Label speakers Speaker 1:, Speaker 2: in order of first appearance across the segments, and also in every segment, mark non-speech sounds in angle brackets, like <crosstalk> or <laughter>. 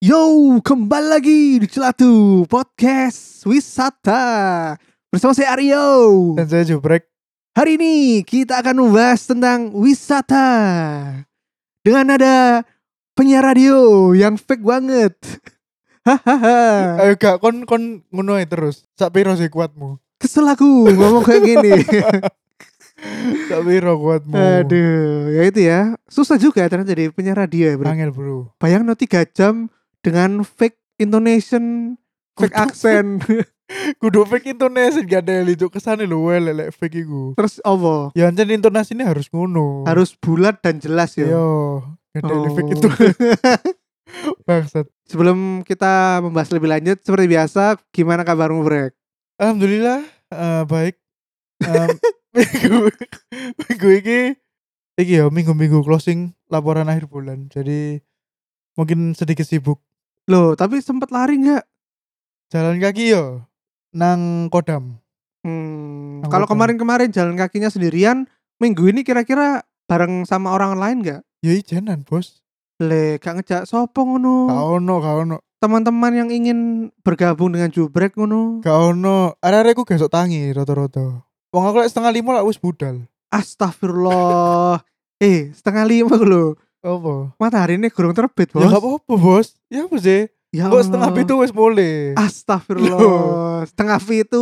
Speaker 1: Yo, kembali lagi di Celatu Podcast Wisata Bersama saya Aryo
Speaker 2: Dan saya jubrek
Speaker 1: Hari ini kita akan membahas tentang wisata Dengan nada penyiar radio yang fake banget <laughs> Hahaha
Speaker 2: Ayo gak kon kon ngono ae terus Sak piro sih kuatmu
Speaker 1: Kesel aku ngomong kayak gini
Speaker 2: Sak piro kuatmu
Speaker 1: Aduh, ya itu ya Susah juga ternyata jadi penyiar radio ya bro
Speaker 2: Angel bro
Speaker 1: Bayang no 3 jam dengan fake Indonesian Fake
Speaker 2: Kudu-
Speaker 1: accent
Speaker 2: Kudu fake intonasi gak ada lijuk kesana lu Weh lelek fake iku
Speaker 1: Terus ovo
Speaker 2: Ya anjen intonasinya harus ngono
Speaker 1: Harus bulat dan jelas ya
Speaker 2: Yo Gak ada
Speaker 1: Oh.
Speaker 2: fake itu
Speaker 1: <laughs>
Speaker 2: Bangsat
Speaker 1: Sebelum kita membahas lebih lanjut seperti biasa, gimana kabarmu Brek?
Speaker 2: Alhamdulillah eh, Baik Em, <laughs> Minggu Minggu ini Iki ya minggu-minggu closing Laporan akhir bulan Jadi Mungkin sedikit sibuk
Speaker 1: Loh, tapi sempat lari nggak?
Speaker 2: Jalan kaki yo Nang kodam
Speaker 1: Hmm,
Speaker 2: Aku
Speaker 1: kalau
Speaker 2: kan.
Speaker 1: kemarin-kemarin jalan kakinya sendirian, minggu ini kira-kira bareng sama orang lain nggak?
Speaker 2: Ya ijenan bos
Speaker 1: Le, gak ngejak sopo ngono.
Speaker 2: Gak ono, gak ono
Speaker 1: Teman-teman yang ingin bergabung dengan Jubrek ngono.
Speaker 2: Gak ono Arek-arek ku gesok tangi rata-rata Wong aku lek setengah lima lek wis budal
Speaker 1: Astagfirullah. eh, setengah lima lo.
Speaker 2: Apa?
Speaker 1: Matahari ini kurang terbit, Bos.
Speaker 2: Ya gak apa-apa bos Ya apa sih?
Speaker 1: Ya
Speaker 2: Kok
Speaker 1: Allah.
Speaker 2: setengah pitu wis boleh
Speaker 1: Ah. Astagfirullah.
Speaker 2: Loh.
Speaker 1: setengah itu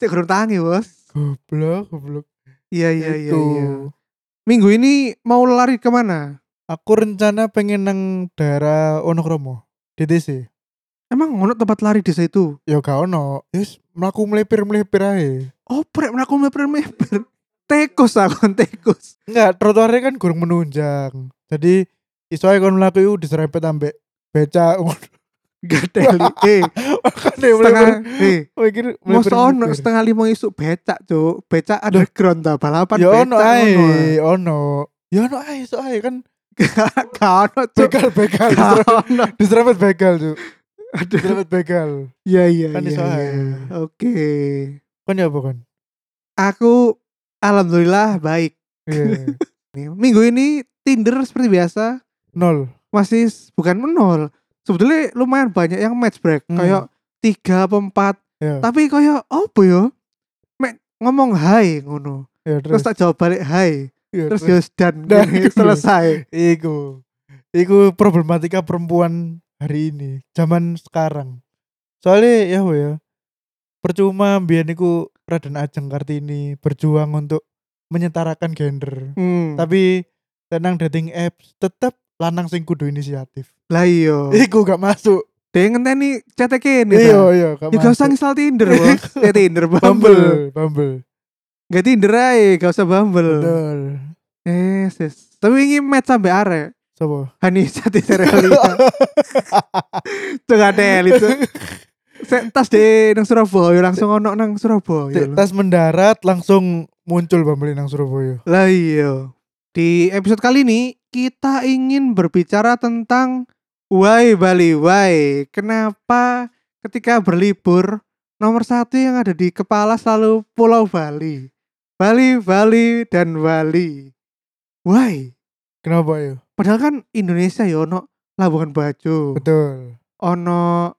Speaker 1: cek gerung tangi, Bos.
Speaker 2: Goblok, goblok Gitu.
Speaker 1: Iya, iya, iya,
Speaker 2: Ya Itu.
Speaker 1: iya. Minggu ini mau lari kemana?
Speaker 2: Aku rencana pengen nang daerah Onokromo DTC
Speaker 1: Emang ngono tempat lari di situ?
Speaker 2: Ya gak ono Yes, melaku melipir-melipir aja
Speaker 1: Oprek menaku meper meper. Tekus aku tekus.
Speaker 2: Enggak, trotoarnya kan kurang menunjang Jadi Iso ae kon melaku itu diserempet ambek Beca <laughs>
Speaker 1: Gadeli. eh,
Speaker 2: Makanya
Speaker 1: setengah
Speaker 2: melipir-
Speaker 1: eh
Speaker 2: mikir
Speaker 1: mos ono
Speaker 2: melipir-melipir.
Speaker 1: setengah lima isuk becak, Cuk. Becak underground ta balapan
Speaker 2: ya ono
Speaker 1: becak
Speaker 2: ae,
Speaker 1: ngono. <laughs>
Speaker 2: ono. Ya ono ae so ae kan
Speaker 1: Gak ono, Cuk.
Speaker 2: begal-begal
Speaker 1: Gak ono.
Speaker 2: diserempet begal tuh.
Speaker 1: Aduh.
Speaker 2: Diserempet begal.
Speaker 1: Iya iya
Speaker 2: <laughs> Kan
Speaker 1: iya.
Speaker 2: iso ae.
Speaker 1: iya. Oke.
Speaker 2: Kon ya apa kon?
Speaker 1: Aku alhamdulillah baik.
Speaker 2: Iya.
Speaker 1: Nih, Minggu ini Tinder seperti biasa
Speaker 2: Nol.
Speaker 1: masih s- bukan menol sebetulnya lumayan banyak yang match break
Speaker 2: Hmm.
Speaker 1: kayak tiga apa empat
Speaker 2: Ya.
Speaker 1: tapi kayak apa ya Mek ngomong hai ngono
Speaker 2: Ya
Speaker 1: terus,
Speaker 2: terus.
Speaker 1: tak jawab balik hai
Speaker 2: ya,
Speaker 1: terus ya dan
Speaker 2: Dan.
Speaker 1: selesai
Speaker 2: iku. Iku problematika perempuan hari ini, zaman sekarang. Soalnya ya wo ya. Percuma biyen iku Raden Ajeng Kartini berjuang untuk menyetarakan gender.
Speaker 1: hmm.
Speaker 2: Tapi tenang dating apps tetap lanang sing kudu inisiatif.
Speaker 1: lah iyo
Speaker 2: Iku gak masuk.
Speaker 1: dia ngenteni cetek ini
Speaker 2: Iya,
Speaker 1: Bang.
Speaker 2: iya, gak
Speaker 1: ya gak usah ngisal Tinder
Speaker 2: <laughs>
Speaker 1: bos ya Tinder Bumble
Speaker 2: Bumble, Bumble.
Speaker 1: gak Tinder aja gak usah Bumble
Speaker 2: Betul.
Speaker 1: eh sis tapi ini match sampai arek
Speaker 2: Sopo?
Speaker 1: Hani <laughs> sati
Speaker 2: <laughs>
Speaker 1: serealia Tuh gak ada itu Sek tas deh nang Surabaya langsung ono nang Surabaya lho.
Speaker 2: Tas mendarat langsung muncul Bumble nang Surabaya.
Speaker 1: Lah iya. Di episode kali ini kita ingin berbicara tentang Why Bali Why Kenapa ketika berlibur Nomor satu yang ada di kepala selalu Pulau Bali Bali, Bali, dan Bali Why?
Speaker 2: Kenapa iya? yo?
Speaker 1: Padahal kan Indonesia ya ono Labuan Bajo
Speaker 2: Betul.
Speaker 1: ono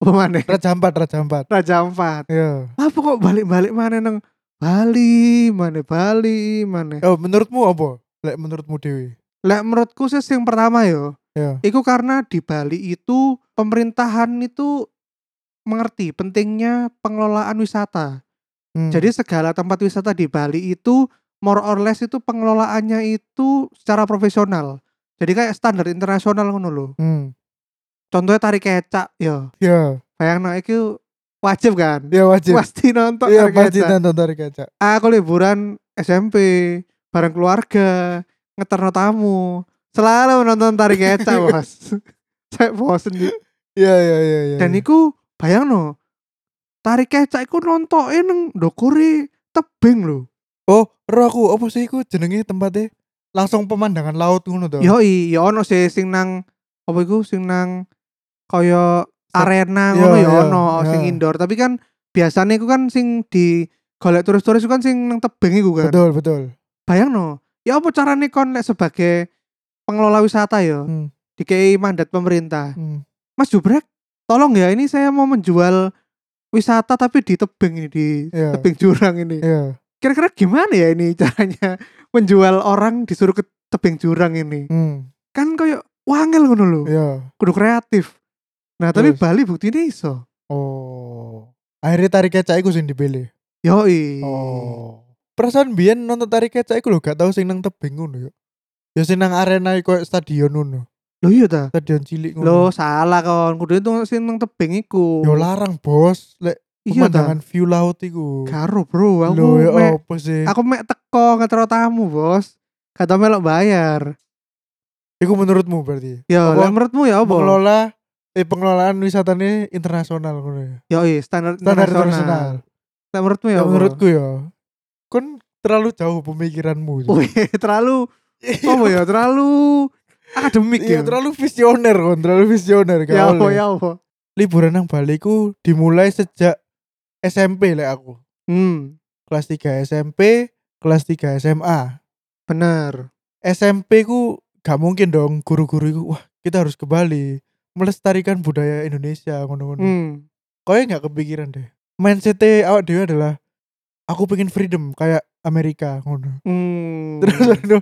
Speaker 1: apa maneh?
Speaker 2: Raja Ampat, Raja Ampat.
Speaker 1: Raja Ampat.
Speaker 2: Iya.
Speaker 1: Apa kok balik-balik mana neng Bali, mana Bali, mana?
Speaker 2: Oh, menurutmu apa? Lek menurutmu dewi.
Speaker 1: Lah menurutku sih yang pertama yo,
Speaker 2: Ya.
Speaker 1: itu karena di Bali itu pemerintahan itu mengerti pentingnya pengelolaan wisata.
Speaker 2: Hmm.
Speaker 1: Jadi segala tempat wisata di Bali itu more or less itu pengelolaannya itu secara profesional. Jadi kayak standar internasional ngono lho.
Speaker 2: hmm.
Speaker 1: Contohnya tari kecak yo.
Speaker 2: Ya,
Speaker 1: Bayangno itu wajib kan?
Speaker 2: ya wajib.
Speaker 1: Pasti nonton
Speaker 2: Iya,
Speaker 1: tari
Speaker 2: pasti
Speaker 1: kecak.
Speaker 2: nonton dari kaca.
Speaker 1: aku liburan SMP bareng keluarga
Speaker 2: <laughs>
Speaker 1: ngeterno tamu selalu nonton tari kecak bos saya bosen Ji.
Speaker 2: Iya iya iya iya.
Speaker 1: Dan iku bayangno tarik kecak iku nontoke nang ndokure tebing lho.
Speaker 2: oh, ro aku apa sih iku jenenge tempatnya? Langsung pemandangan laut ngono to.
Speaker 1: Yoi, ya ono sih sing nang apa iku sing nang kaya arena
Speaker 2: Iya,
Speaker 1: ngono ya
Speaker 2: iya,
Speaker 1: ono
Speaker 2: iya.
Speaker 1: sing indoor, tapi kan biasanya iku kan sing di golek turis-turis iku kan sing nang tebing iku kan.
Speaker 2: Betul betul.
Speaker 1: Bayangno, ya apa carane kon lek sebagai pengelola wisata ya
Speaker 2: Hmm.
Speaker 1: dikei mandat pemerintah.
Speaker 2: Hmm.
Speaker 1: Mas Jubrek, tolong ya ini saya mau menjual wisata tapi di tebing ini di
Speaker 2: Iya.
Speaker 1: tebing jurang ini.
Speaker 2: Iya.
Speaker 1: Kira-kira gimana ya ini caranya <laughs> menjual orang disuruh ke tebing jurang ini?
Speaker 2: Hmm.
Speaker 1: Kan kayak wangel ngono lho.
Speaker 2: Iya.
Speaker 1: Kudu kreatif. Nah, tapi
Speaker 2: Terus?
Speaker 1: Bali bukti ini iso.
Speaker 2: Oh. Akhirnya tarik kecak iku sing dipilih.
Speaker 1: Yoi.
Speaker 2: Oh. Perasaan biyen nonton tarik kecak iku lho gak tau sing nang tebing ngono ya. Ya sing nang arena iku koyo stadion ngono.
Speaker 1: Lho iya ta.
Speaker 2: Stadion cilik
Speaker 1: Lho
Speaker 2: ngono.
Speaker 1: salah kon. Kudu itu sing nang tebing iku.
Speaker 2: Hmm. Yo larang, Bos. Lek
Speaker 1: Iya ta.
Speaker 2: pemandangan view laut iku.
Speaker 1: Karo, Bro. Aku
Speaker 2: Lho ya
Speaker 1: mek,
Speaker 2: apa sih?
Speaker 1: aku mek teko ngetro tamu, Bos. Kata melok bayar.
Speaker 2: Iku menurutmu berarti?
Speaker 1: Ya,
Speaker 2: Apa?
Speaker 1: lah menurutmu ya apa?
Speaker 2: Pengelola eh pengelolaan wisatanya internasional ngono ya.
Speaker 1: Yoi, standar,
Speaker 2: Standar
Speaker 1: internasional.
Speaker 2: internasional.
Speaker 1: Lah menurutmu ya
Speaker 2: Ya,
Speaker 1: apa?
Speaker 2: menurutku ya. Kon terlalu jauh pemikiranmu.
Speaker 1: Wih, <laughs> terlalu
Speaker 2: <laughs>
Speaker 1: apa ya? Terlalu akademik
Speaker 2: Iya,
Speaker 1: ya.
Speaker 2: terlalu visioner kon, terlalu visioner gak
Speaker 1: ya apa
Speaker 2: oleh.
Speaker 1: ya apa.
Speaker 2: Liburan nang Bali ku dimulai sejak SMP lek aku.
Speaker 1: Hmm,
Speaker 2: Kelas 3 SMP, kelas 3 SMA.
Speaker 1: bener.
Speaker 2: SMP ku gak mungkin dong guru-guru iku, wah, kita harus ke Bali melestarikan budaya Indonesia ngono-ngono.
Speaker 1: Hmm.
Speaker 2: Kau nggak kepikiran deh. Mindset awak dewe adalah aku pengen freedom kayak Amerika ngono.
Speaker 1: Hmm.
Speaker 2: Terus ngono,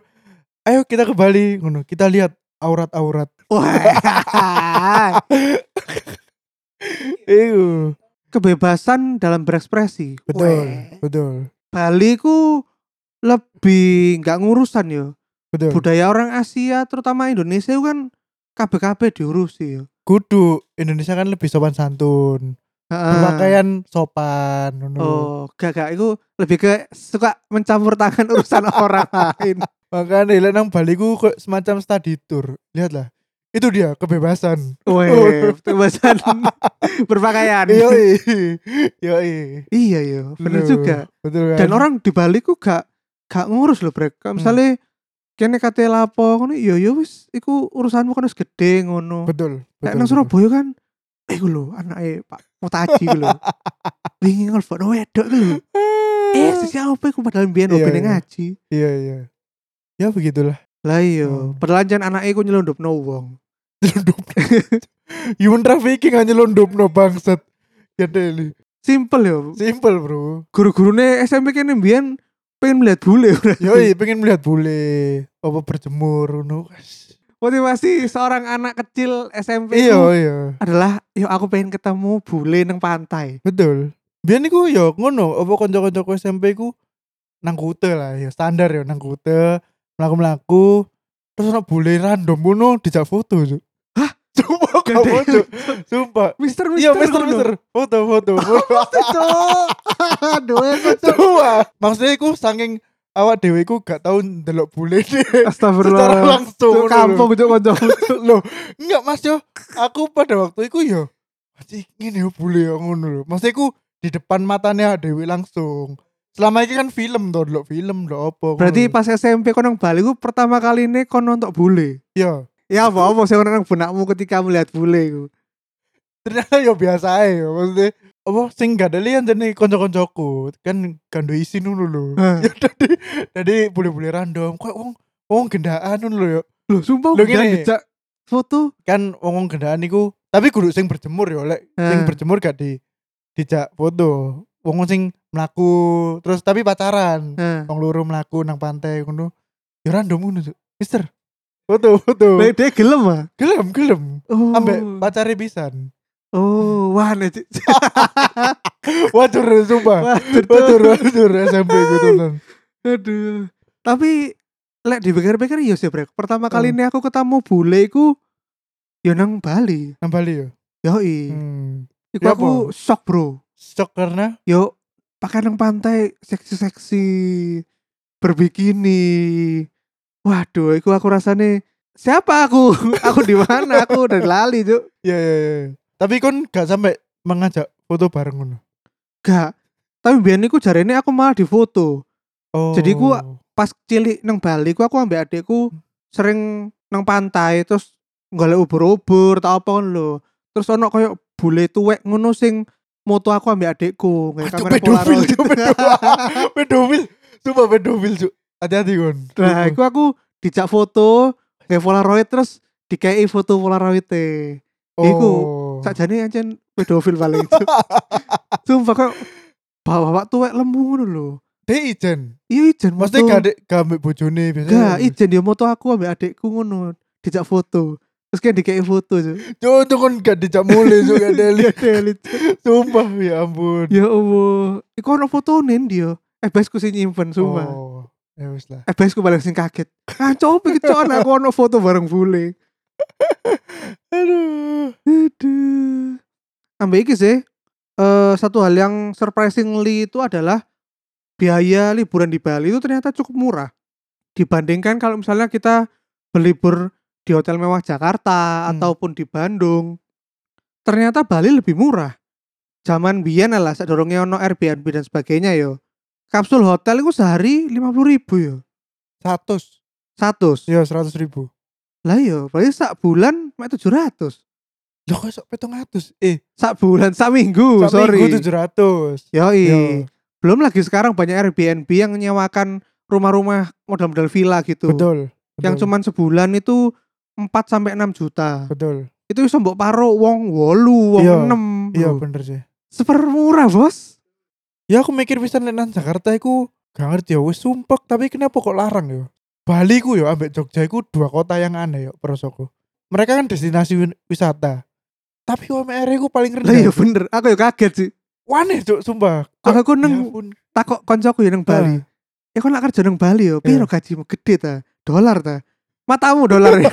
Speaker 2: ayo kita ke Bali ngono. Kita lihat
Speaker 1: <laughs>
Speaker 2: aurat-aurat.
Speaker 1: Wah.
Speaker 2: Iyo.
Speaker 1: Kebebasan dalam berekspresi.
Speaker 2: Betul,
Speaker 1: Weh.
Speaker 2: betul,
Speaker 1: Bali ku lebih nggak ngurusan ya.
Speaker 2: betul.
Speaker 1: Budaya orang Asia terutama Indonesia itu kan kabeh-kabeh diurusi ya.
Speaker 2: Kudu Indonesia kan lebih sopan santun.
Speaker 1: Heeh.
Speaker 2: Berpakaian sopan ngono.
Speaker 1: Ah. Oh, gak gak itu lebih ke suka mencampur tangan <laughs> urusan orang lain.
Speaker 2: Makanya lek nang Bali ku kayak semacam study tour. Lihatlah. Itu dia kebebasan.
Speaker 1: Weh, kebebasan <laughs> berpakaian.
Speaker 2: Yoi. <laughs> Yoi.
Speaker 1: iya iya, Kan. bener
Speaker 2: Loh,
Speaker 1: juga.
Speaker 2: Betul kan?
Speaker 1: Dan orang di Bali ku gak gak ngurus loh brek. Kayak
Speaker 2: Hmm.
Speaker 1: Misalnya kene kate lapo ngono, ya ya wis iku urusanmu kan wis gede ngono.
Speaker 2: betul.
Speaker 1: Lek
Speaker 2: betul,
Speaker 1: nang
Speaker 2: betul.
Speaker 1: Surabaya kan eh iku lho anake Pak Mutaji iku
Speaker 2: <laughs>
Speaker 1: lho. Wingi ngelfono wedok iku lho. Eh sisi apa iku padahal mbiyen
Speaker 2: Iya,
Speaker 1: hobine
Speaker 2: iya.
Speaker 1: ngaji.
Speaker 2: Iya iya. Ya begitulah. <laughs>
Speaker 1: Lah iya,
Speaker 2: Hmm.
Speaker 1: perlanjan anake ku nyelundupno wong.
Speaker 2: Nyelundup. Human trafficking hanya nyelundup no bangsat. Ya Deli.
Speaker 1: Simple yo.
Speaker 2: Simple
Speaker 1: <laughs>
Speaker 2: bro.
Speaker 1: Guru-gurune SMP kene mbiyen pengen melihat bule berarti.
Speaker 2: Yoi pengen melihat bule. Apa berjemur. No.
Speaker 1: Motivasi seorang anak kecil SMP
Speaker 2: Iya
Speaker 1: ku
Speaker 2: iya.
Speaker 1: adalah yo aku pengen ketemu bule nang pantai.
Speaker 2: Betul. Biar niku yo ngono. Apa konco-konco SMP ku. Nang kute lah. Ya standar ya nang kute. Melaku-melaku. Terus anak bule random ngono dijak foto. Cuk.
Speaker 1: Hah?
Speaker 2: Sumpah Oh, gak
Speaker 1: <laughs> Gede.
Speaker 2: foto. Sumpah.
Speaker 1: Mister
Speaker 2: Iya mister mister. Foto
Speaker 1: <laughs>
Speaker 2: foto foto.
Speaker 1: Aduh, eh, aku cok.
Speaker 2: Tua. Maksudnya iku saking awak dhewe iku gak tau ndelok bule deh. Secara
Speaker 1: Astagfirullah.
Speaker 2: langsung.
Speaker 1: Cok, kampung cok
Speaker 2: <laughs>
Speaker 1: kanca.
Speaker 2: Loh, enggak Mas yo. Aku pada waktu iku yo. Masih ngene yo bule yo ngono lho. Maksudnya iku di depan matanya awak dhewe langsung. Selama ini kan film to, ndelok film ndelok apa. ngono
Speaker 1: Berarti
Speaker 2: lho.
Speaker 1: pas SMP kono nang Bali ku pertama kali ini kono nonton bule.
Speaker 2: yo
Speaker 1: Ya apa-apa sih orang nang benakmu ketika melihat bule ku.
Speaker 2: ternyata yo biasa ae yo. Maksudnya apa sing gak ada lian jadi konco-koncoku kan kando isin dulu lho. <laughs>
Speaker 1: Hah.
Speaker 2: Ya tadi tadi bule-bule random kok wong wong gendaan ngono lho yo.
Speaker 1: Loh, sumpah
Speaker 2: Loh,
Speaker 1: aku udah
Speaker 2: gini.
Speaker 1: ngejak foto.
Speaker 2: kan wong wong gendaan niku tapi kudu sing berjemur yo lek sing
Speaker 1: Eh.
Speaker 2: berjemur gak di dijak foto wong wong sing mlaku terus tapi pacaran
Speaker 1: Heeh.
Speaker 2: wong loro mlaku nang pantai ngono yo random ngono Cuk. mister foto foto
Speaker 1: Lah dia gelem ah.
Speaker 2: gelem gelem
Speaker 1: Oh.
Speaker 2: ambek pacare pisan
Speaker 1: Oh, wah nek.
Speaker 2: wajar sumpah
Speaker 1: Waduh.
Speaker 2: wajar
Speaker 1: Cok.
Speaker 2: wajar SMP gue tonton
Speaker 1: Aduh. Tapi lek dipikir-pikir ya sih, Brek. Pertama kali ini
Speaker 2: Hmm.
Speaker 1: aku ketemu bule ku ya nang Bali.
Speaker 2: nang Bali yo
Speaker 1: Yoi.
Speaker 2: hmm.
Speaker 1: Iku
Speaker 2: Ya
Speaker 1: aku shock, Bro.
Speaker 2: shock karena
Speaker 1: Yo, pakai nang pantai seksi-seksi berbikini. Waduh, <laughs> iku aku rasane siapa aku? aku di mana? Aku dari lali, Cuk.
Speaker 2: ya ya ya Tapi kon gak sampai mengajak foto bareng ngono.
Speaker 1: Gak. Tapi biar niku jarene aku malah difoto.
Speaker 2: Oh.
Speaker 1: Jadi ku- Pas cilik nang Bali ku aku ambek adekku sering nang pantai terus golek ubur-ubur tak apa ngono lho. Terus ono koyo bule tuwek ngono sing moto aku ambek adekku kayak
Speaker 2: Aduh,
Speaker 1: kamera
Speaker 2: pedofil,
Speaker 1: Polaroid.
Speaker 2: Cuk,
Speaker 1: <laughs>
Speaker 2: pedofil. pedofil. Sumpah pedofil, Cuk. Hati-hati kon.
Speaker 1: Nah, iku aku dijak foto kayak Polaroid terus dikei foto Polaroid e. iku.
Speaker 2: Oh.
Speaker 1: Sakjane ancen pedofil paling itu.
Speaker 2: <laughs>
Speaker 1: Sumpah kok bawa-bawa tuwek lemu ngono lho.
Speaker 2: Dek ijen.
Speaker 1: Iya ijen moto.
Speaker 2: Maksudnya gak dek gak ambek bojone biasanya.
Speaker 1: Gak, ijen dia moto aku ambek adekku ngono, dijak foto. Terus kayak dikei foto tuh.
Speaker 2: Cuk, Cuk, kon gak dijak mule, Cuk,
Speaker 1: <laughs>
Speaker 2: gak deli.
Speaker 1: Ya elit.
Speaker 2: Sumpah ya ampun.
Speaker 1: Ya Allah, iku ono fotonen dia. Eh besku sih nyimpen sumpah.
Speaker 2: Oh, ya wis lah.
Speaker 1: Eh besku paling sing kaget. Kacau pikir cuan aku ono foto bareng bule.
Speaker 2: Aduh.
Speaker 1: Aduh. Ambil iki sih. eh, satu hal yang surprisingly itu adalah biaya liburan di Bali itu ternyata cukup murah dibandingkan kalau misalnya kita berlibur di hotel mewah Jakarta
Speaker 2: Hmm.
Speaker 1: ataupun di Bandung. Ternyata Bali lebih murah. Zaman biyen lah sadurunge ono Airbnb dan sebagainya yo. Kapsul hotel itu sehari 50.000 ribu yo.
Speaker 2: 100.
Speaker 1: 100.
Speaker 2: Ya 100 ribu.
Speaker 1: Lah yo, berarti sak bulan mek 700.
Speaker 2: Loh kok sok 700? Eh,
Speaker 1: Sak bulan, sak minggu,
Speaker 2: sak
Speaker 1: sorry. Iya,
Speaker 2: minggu Iya, 700.
Speaker 1: Yoi.
Speaker 2: Yo.
Speaker 1: Belum lagi sekarang banyak Airbnb yang menyewakan rumah-rumah model-model villa gitu.
Speaker 2: Betul.
Speaker 1: Yang
Speaker 2: betul,
Speaker 1: cuman sebulan itu 4 sampai 6 juta.
Speaker 2: betul.
Speaker 1: Itu iso mbok paro wong 8, wong
Speaker 2: Iya.
Speaker 1: 6.
Speaker 2: Iya
Speaker 1: bro.
Speaker 2: bener sih.
Speaker 1: Super murah, Bos.
Speaker 2: Ya aku mikir pisan nek nang Jakarta iku gak ngerti ya wis sumpek tapi kenapa kok larang ya? Bali ku ya ambek Jogja iku dua kota yang aneh ya prosoku. Mereka kan destinasi win- wisata. Tapi UMR ku paling
Speaker 1: Lah iya
Speaker 2: rendah.
Speaker 1: bener, aku ya kaget sih.
Speaker 2: Waneh cuk ya sumpah.
Speaker 1: Aku ku
Speaker 2: neng
Speaker 1: neng takok koncoku ya neng Bali.
Speaker 2: Iya.
Speaker 1: Ya kok nak kerja neng Bali yo, piro gajimu gede ta? Dolar ta? Matamu dolar
Speaker 2: <laughs>
Speaker 1: ya.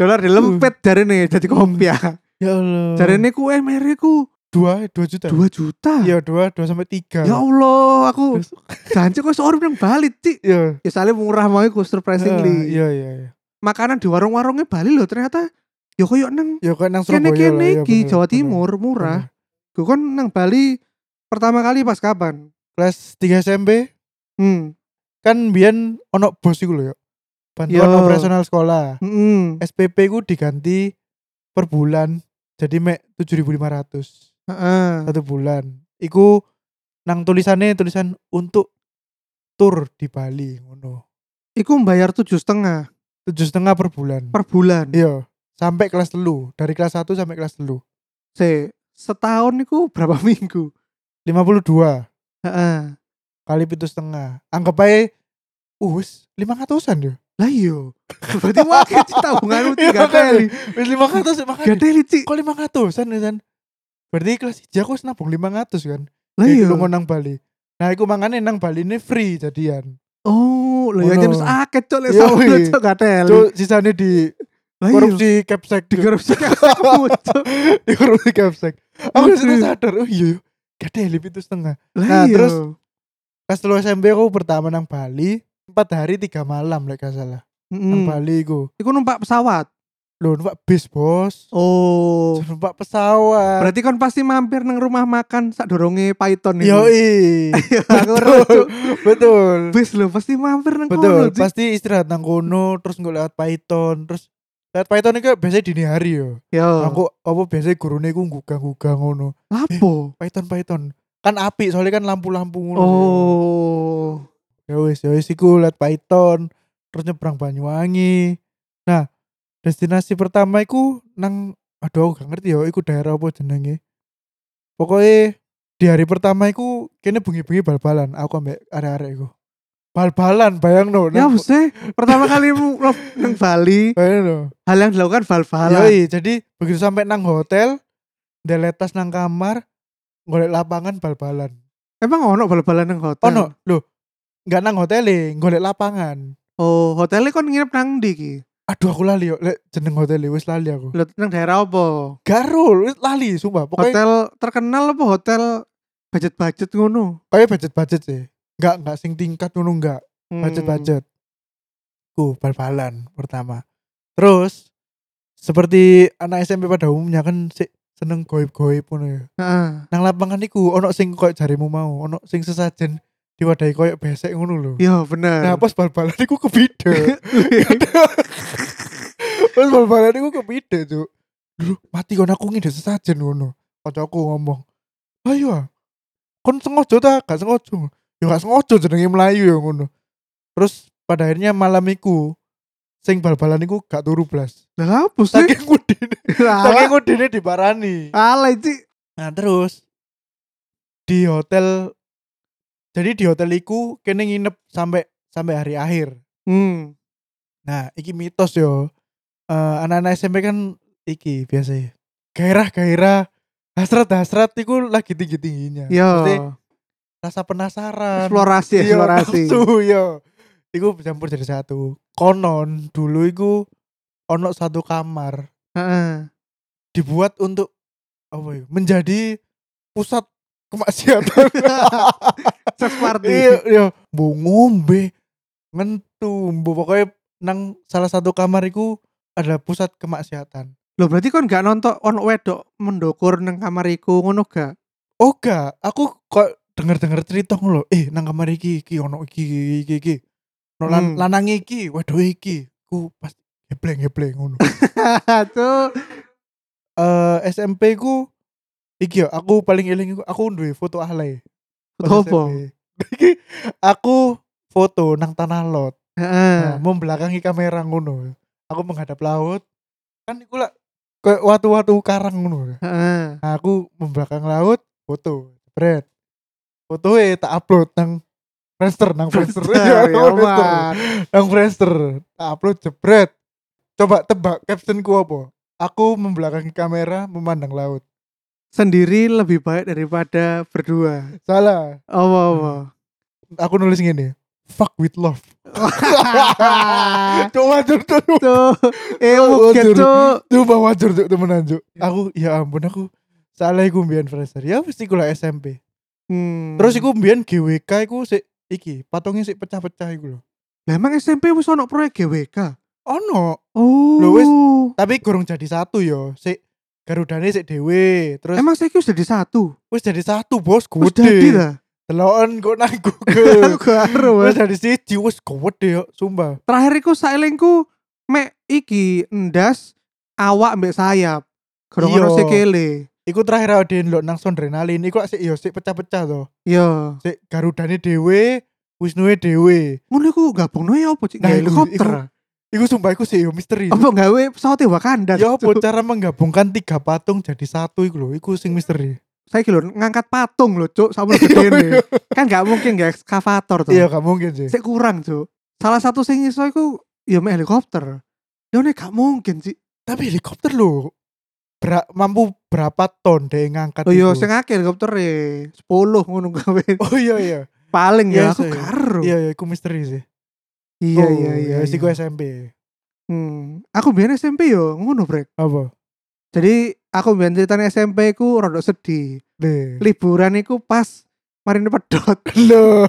Speaker 1: dolar dilempet
Speaker 2: Uh.
Speaker 1: jarene jadi kopiah.
Speaker 2: Ya Allah.
Speaker 1: Jarene ku MR ku
Speaker 2: 2 2 juta.
Speaker 1: 2 juta.
Speaker 2: Iya 2 2 sampai 3.
Speaker 1: Ya Allah, aku
Speaker 2: Terus-
Speaker 1: janji kok seorang bilang Bali, Cik.
Speaker 2: Iya.
Speaker 1: Ya soalnya murah mau iku surprisingly.
Speaker 2: Iya iya iya.
Speaker 1: Makanan di warung-warungnya Bali loh ternyata ya koyo nang
Speaker 2: Ya kan nang Surabaya lah, iya,
Speaker 1: kene-kene iki
Speaker 2: bener,
Speaker 1: Jawa
Speaker 2: bener,
Speaker 1: Timur murah.
Speaker 2: bener.
Speaker 1: Gue kan nang Bali pertama kali pas kapan?
Speaker 2: Kelas 3 SMP
Speaker 1: Hmm.
Speaker 2: kan biyen ono bos iku lho ya. Bantuan
Speaker 1: Iya.
Speaker 2: operasional sekolah.
Speaker 1: Hmm.
Speaker 2: SPP ku diganti per bulan jadi mek 7500
Speaker 1: Heeh.
Speaker 2: satu bulan iku nang tulisannya tulisan untuk tur di Bali ngono
Speaker 1: Iku bayar tujuh setengah
Speaker 2: tujuh setengah per bulan
Speaker 1: per bulan.
Speaker 2: iya sampai kelas telu dari kelas 1 sampai kelas telu
Speaker 1: Se setahun iku berapa minggu?
Speaker 2: 52
Speaker 1: Heeh.
Speaker 2: kali pitu setengah anggap uh, aja us 500an ya
Speaker 1: Lah iyo. Berarti wakil tabunganmu tiga
Speaker 2: <laughs> Iya, makanya.
Speaker 1: kali.
Speaker 2: wis 500
Speaker 1: Gak
Speaker 2: makanya
Speaker 1: teli, Cik.
Speaker 2: kok 500an ya San? berarti kelas 1 aku wis nabung 500 kan
Speaker 1: Lah iya.
Speaker 2: Kayak
Speaker 1: iyo.
Speaker 2: dulu nang Bali. Nah, aku mangane nang Bali ini free jadian.
Speaker 1: Oh, lho ya
Speaker 2: Ngono.
Speaker 1: terus akeh cok lek
Speaker 2: Yoi.
Speaker 1: sawono cok gak teli.
Speaker 2: Cuk, sisane di
Speaker 1: Lah iya, <laughs>
Speaker 2: korupsi capsek,
Speaker 1: di
Speaker 2: Cuk.
Speaker 1: korupsi kakakmu, cok.
Speaker 2: <laughs> di korupsi capsek. Aku
Speaker 1: Aduh.
Speaker 2: sudah sadar, oh iya, iya. gak ada lip itu setengah.
Speaker 1: Lah
Speaker 2: <laughs> Nah,
Speaker 1: iya.
Speaker 2: terus- Pas telu SMP aku pertama nang Bali, 4 hari 3 malam lek gak salah.
Speaker 1: Mm-mm.
Speaker 2: Nang Bali iku.
Speaker 1: Iku numpak pesawat.
Speaker 2: Lho, numpak bis, Bos.
Speaker 1: Oh.
Speaker 2: <laughs> Numpak pesawat.
Speaker 1: Berarti kan pasti mampir nang rumah makan sak dorongnya Python
Speaker 2: Yo iya,
Speaker 1: itu. Aku ora,
Speaker 2: betul.
Speaker 1: Cuk.
Speaker 2: <laughs>
Speaker 1: <laughs>
Speaker 2: betul.
Speaker 1: Bis lho pasti mampir nang
Speaker 2: Betul,
Speaker 1: kono, Cik.
Speaker 2: pasti istirahat nang kono terus nggak lewat Python, terus lewat Python itu biasanya dini hari yo.
Speaker 1: Yo.
Speaker 2: Aku apa biasanya gurune iku gugah-gugah ngono.
Speaker 1: Lapo?
Speaker 2: Python-python. Kan api soalnya kan lampu-lampu ngono.
Speaker 1: Oh.
Speaker 2: Ya wis, ya wis iku liat Python, terus nyebrang Banyuwangi. Nah, destinasi pertama iku nang aduh aku gak ngerti ya iku daerah apa jenenge. Pokoknya di hari pertama iku kene bengi-bengi bal-balan aku ambek arek-arek iku. Bal-balan bayangno.
Speaker 1: Ya
Speaker 2: nang-
Speaker 1: wis eh. pertama kali mu- <laughs> lo- nang Bali,
Speaker 2: bayangno.
Speaker 1: hal yang dilakukan bal-balan.
Speaker 2: Yoi, jadi begitu sampai nang hotel, deletas nang kamar, golek lapangan bal-balan.
Speaker 1: Emang ono bal-balan nang hotel?
Speaker 2: Oh no, loh, nggak nang hotel golek lapangan.
Speaker 1: Oh, hotelnya kon nginep nang ndi iki?
Speaker 2: Aduh aku lali yo, lek jeneng hotel wis lali aku.
Speaker 1: Lho nang daerah apa?
Speaker 2: Garul, wis lali sumpah. Pokoknya
Speaker 1: hotel terkenal apa hotel budget-budget ngono?
Speaker 2: kayak budget-budget sih. Nggak nggak sing tingkat ngono nggak,
Speaker 1: Hmm.
Speaker 2: budget-budget. Ku bal-balan pertama. Terus seperti anak SMP pada umumnya kan sik seneng goib-goib ngono ya.
Speaker 1: Heeh.
Speaker 2: Nang lapangan iku ono sing koyo jarimu mau, ono sing sesajen diwadahi koyo besek ngono lho.
Speaker 1: Yo Iya, bener.
Speaker 2: Nah, pas bal-balan iku <laughs> kebida. pas bal-balan iku kebida, Cuk. Duh, mati kon aku ngide sesajen ngono. Kocokku ngomong, "Ayo, ah. kon sengaja ta? Gak sengaja." Ya gak sengaja jenenge Melayu ya ngono. Terus pada akhirnya malam iku sing bal-balan iku gak turu blas.
Speaker 1: Lah lah, apa sih?
Speaker 2: Saking ngudine, saking
Speaker 1: <laughs> Lah
Speaker 2: ngudine diparani.
Speaker 1: alay sih.
Speaker 2: Nah terus di hotel jadi di hotel iku kene nginep sampai sampai hari akhir.
Speaker 1: Hmm.
Speaker 2: Nah, iki mitos yo. Eh, anak-anak SMP kan iki biasa ya, gairah-gairah hasrat-hasrat iku lagi tinggi-tingginya.
Speaker 1: Yo.
Speaker 2: Maksudnya, rasa
Speaker 1: Iya.
Speaker 2: penasaran.
Speaker 1: Eksplorasi,
Speaker 2: Iya,
Speaker 1: eksplorasi.
Speaker 2: nafsu, iya. Iku campur jadi satu. Konon dulu iku ono satu kamar
Speaker 1: Heeh.
Speaker 2: dibuat untuk apa ya? Menjadi pusat
Speaker 1: <laughs>
Speaker 2: kemaksiatan.
Speaker 1: Sex party.
Speaker 2: <laughs> iya, iya. Mbok ngombe ngentu, mbok pokoknya nang salah satu kamar iku ada pusat kemaksiatan.
Speaker 1: Loh berarti kon gak nonton on wedok mendokur nang kamar iku ngono gak? <laughs>
Speaker 2: Oga, Oh, aku kok denger-denger cerita ngono lho. Eh, nang kamar iki iki ono iki iki iki. iki. Ono lan,
Speaker 1: Hmm.
Speaker 2: lanang iki, waduh iki. Ku pas hebleng-hebleng ngono. <laughs>
Speaker 1: Tuh.
Speaker 2: Eh SMP ku iki yo aku paling eling iku aku duwe foto alay. Pas
Speaker 1: Foto apa?
Speaker 2: SMP. Iki <laughs> aku foto nang tanah lot.
Speaker 1: Heeh.
Speaker 2: Nah, membelakangi kamera ngono. Aku menghadap laut. Kan iku lah kayak watu-watu karang ngono.
Speaker 1: Heeh.
Speaker 2: Nah, aku membelakang laut, foto. Jebret. Foto eh tak upload nang Friendster, nang Friendster. <laughs> Iya,
Speaker 1: Bentar, ya,
Speaker 2: nang Friendster.
Speaker 1: Mat.
Speaker 2: Nang Friendster. Tak upload jebret. Coba tebak captionku apa? Aku membelakangi kamera memandang laut.
Speaker 1: Sendiri lebih baik daripada berdua.
Speaker 2: Salah.
Speaker 1: Apa apa.
Speaker 2: Aku nulis gini. Fuck with love. <laughs> Coba jujur, jujur.
Speaker 1: <laughs> Tuh, eh mungkin
Speaker 2: Waduh.
Speaker 1: tuh
Speaker 2: Coba wajar cuk temenan cuk.
Speaker 1: Iya.
Speaker 2: Aku ya ampun aku salah iku mbiyen Fraser. Ya mesti kula SMP.
Speaker 1: Hmm.
Speaker 2: Terus iku mbiyen GWK iku sik iki, patungnya sik pecah-pecah iku lho.
Speaker 1: Lah, emang SMP wis ono proyek GWK.
Speaker 2: Ono,
Speaker 1: Oh.
Speaker 2: Loh, wis. tapi gorong jadi satu yo. Sik Garudane sik dhewe. Terus
Speaker 1: Emang saya sudah di satu.
Speaker 2: wis jadi satu bos
Speaker 1: Wis jadi
Speaker 2: <laughs> gede.
Speaker 1: lah.
Speaker 2: Deloken kok nang
Speaker 1: Aku <laughs>
Speaker 2: Google.
Speaker 1: gak aru,
Speaker 2: Wis
Speaker 1: Mas.
Speaker 2: jadi siji wis gede yo, sumpah.
Speaker 1: Terakhir iku saelingku mek iki endas awak mbek sayap. Gerong ono
Speaker 2: Iya.
Speaker 1: sikile.
Speaker 2: Iku terakhir aku download nang Sondrenalin. Iku sik yo sik pecah-pecah to.
Speaker 1: Yo.
Speaker 2: Sik Garudane dhewe, Wisnuwe dhewe.
Speaker 1: Ngono iku gabungno ya apa, Cik?
Speaker 2: Nah,
Speaker 1: Nggawe
Speaker 2: iku-
Speaker 1: helikopter. Oh,
Speaker 2: iku- Iku sumpah iku sik yo misteri.
Speaker 1: Apa gawe pesawat Wakanda?
Speaker 2: <laughs> Ya apa cara menggabungkan tiga patung jadi satu iku lho, iku sing misteri.
Speaker 1: Saya lho ngangkat patung lho, Cuk,
Speaker 2: <laughs>
Speaker 1: sama gede Kan gak mungkin gak ekskavator tuh.
Speaker 2: Iya gak mungkin sih.
Speaker 1: Sik kurang, Cuk. Salah satu sing iso iku ya mek helikopter. Ya nek gak mungkin, Cik.
Speaker 2: Tapi helikopter lho bera- mampu berapa ton deh ngangkat
Speaker 1: Oh iya,
Speaker 2: iku?
Speaker 1: sing akeh helikopter e 10 ngono gawe.
Speaker 2: <laughs> Oh iya iya.
Speaker 1: <laughs> Paling
Speaker 2: Iya,
Speaker 1: ya aku
Speaker 2: iso ya.
Speaker 1: karo.
Speaker 2: Iya iya iku misteri sih.
Speaker 1: Iya
Speaker 2: Oh,
Speaker 1: iya iya.
Speaker 2: ya,
Speaker 1: iya.
Speaker 2: Sih iku SMP.
Speaker 1: Hmm. Aku biyen SMP yo ngono, Brek.
Speaker 2: Apa?
Speaker 1: Jadi aku biyen ceritanya SMP ku rodok sedih.
Speaker 2: Deh.
Speaker 1: Liburan iku pas marine pedot.
Speaker 2: Lho.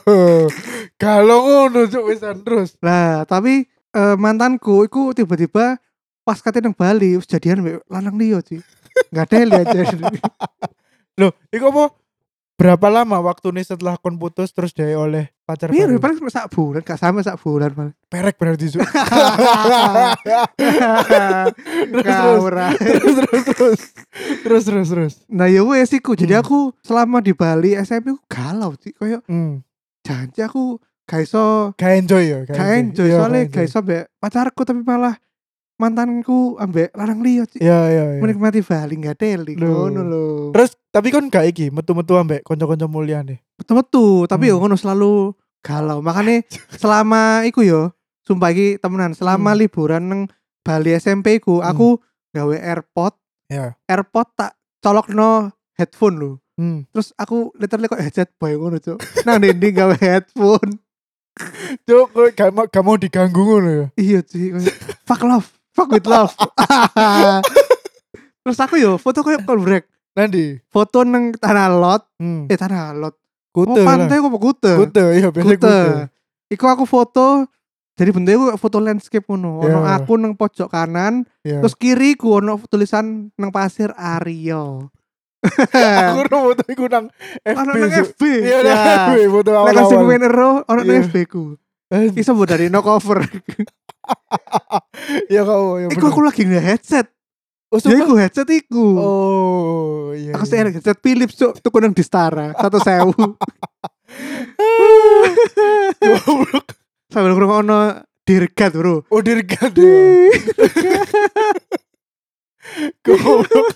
Speaker 2: <laughs> Kalau ngono cuk wisan terus.
Speaker 1: <laughs> Lah, tapi eh, mantanku iku tiba-tiba pas katanya nang Bali wis jadian mbek lanang liya, Ci. Enggak ada lihat jadi.
Speaker 2: <laughs> Loh, iku apa? Berapa lama waktu nih setelah kon putus terus dia oleh pacar
Speaker 1: Biru Iya,
Speaker 2: baru?
Speaker 1: paling sak bulan, gak sampe sak bulan paling.
Speaker 2: Perek berarti
Speaker 1: <laughs>
Speaker 2: cuk. terus,
Speaker 1: Kaura.
Speaker 2: terus terus terus <laughs> terus terus terus
Speaker 1: Nah ya wes iku. Jadi
Speaker 2: Hmm.
Speaker 1: aku selama di Bali SMP aku galau sih. Kayak
Speaker 2: hmm.
Speaker 1: janji aku gak iso
Speaker 2: gak enjoy ya
Speaker 1: gak enjoy soalnya gak iso ambek pacarku tapi malah mantanku ambek larang liya Ci.
Speaker 2: ya ya ya
Speaker 1: menikmati Bali gak teli
Speaker 2: Loh.
Speaker 1: ngono lho.
Speaker 2: terus tapi kan gak iki metu-metu ambek konco-konco mulia nih
Speaker 1: Metu-metu tapi yo
Speaker 2: Hmm.
Speaker 1: ngono selalu galau.
Speaker 2: <laughs>
Speaker 1: Makanya selama iku yo sumpah iki temenan selama
Speaker 2: Hmm.
Speaker 1: liburan neng Bali SMP ku
Speaker 2: Hmm.
Speaker 1: aku gawe airpod,
Speaker 2: ya
Speaker 1: airpod tak colokno headphone lho. <laughs>
Speaker 2: hmm.
Speaker 1: Terus aku literally kok headset boy ngono cuk. Nang dinding gawe headphone. <laughs>
Speaker 2: Cuk, kowe gak mau gak mau diganggu ngono ya
Speaker 1: Iya sih. kayak, fuck love, fuck with love. <laughs> Terus aku yo foto kayak call break.
Speaker 2: nanti
Speaker 1: Foto neng tanah lot,
Speaker 2: hmm.
Speaker 1: eh tanah lot. Oh,
Speaker 2: kute lah
Speaker 1: pantai kok mau kute.
Speaker 2: kute iya biasa kute
Speaker 1: Iku aku foto jadi bentuknya ku foto landscape ngono ono
Speaker 2: Ya.
Speaker 1: aku nang pojok kanan
Speaker 2: Ya.
Speaker 1: terus kiri ku ono tulisan nang pasir Ariel
Speaker 2: <laughs> aku
Speaker 1: <laughs>
Speaker 2: ora foto iku nang
Speaker 1: ono
Speaker 2: FB.
Speaker 1: nang
Speaker 2: Cuk.
Speaker 1: FB
Speaker 2: Iya
Speaker 1: ya
Speaker 2: nang FB foto
Speaker 1: Nek kasih
Speaker 2: awal-awal.
Speaker 1: main ero ono nang
Speaker 2: Iya.
Speaker 1: FB ku iso mbok dari no
Speaker 2: <laughs>
Speaker 1: cover
Speaker 2: Ya kau ya.
Speaker 1: iku
Speaker 2: bener.
Speaker 1: aku lagi nggak headset
Speaker 2: Oh,
Speaker 1: ya
Speaker 2: sumpah?
Speaker 1: iku headset iku
Speaker 2: Oh, iya.
Speaker 1: aku
Speaker 2: iya.
Speaker 1: sih headset Philips cuk tuku nang Distara satu
Speaker 2: <laughs>
Speaker 1: sewu
Speaker 2: Goblok.
Speaker 1: sambil ngrungokno dirgat bro
Speaker 2: <laughs> Oh, dirgat
Speaker 1: <laughs>
Speaker 2: ya.
Speaker 1: Di-
Speaker 2: Goblok.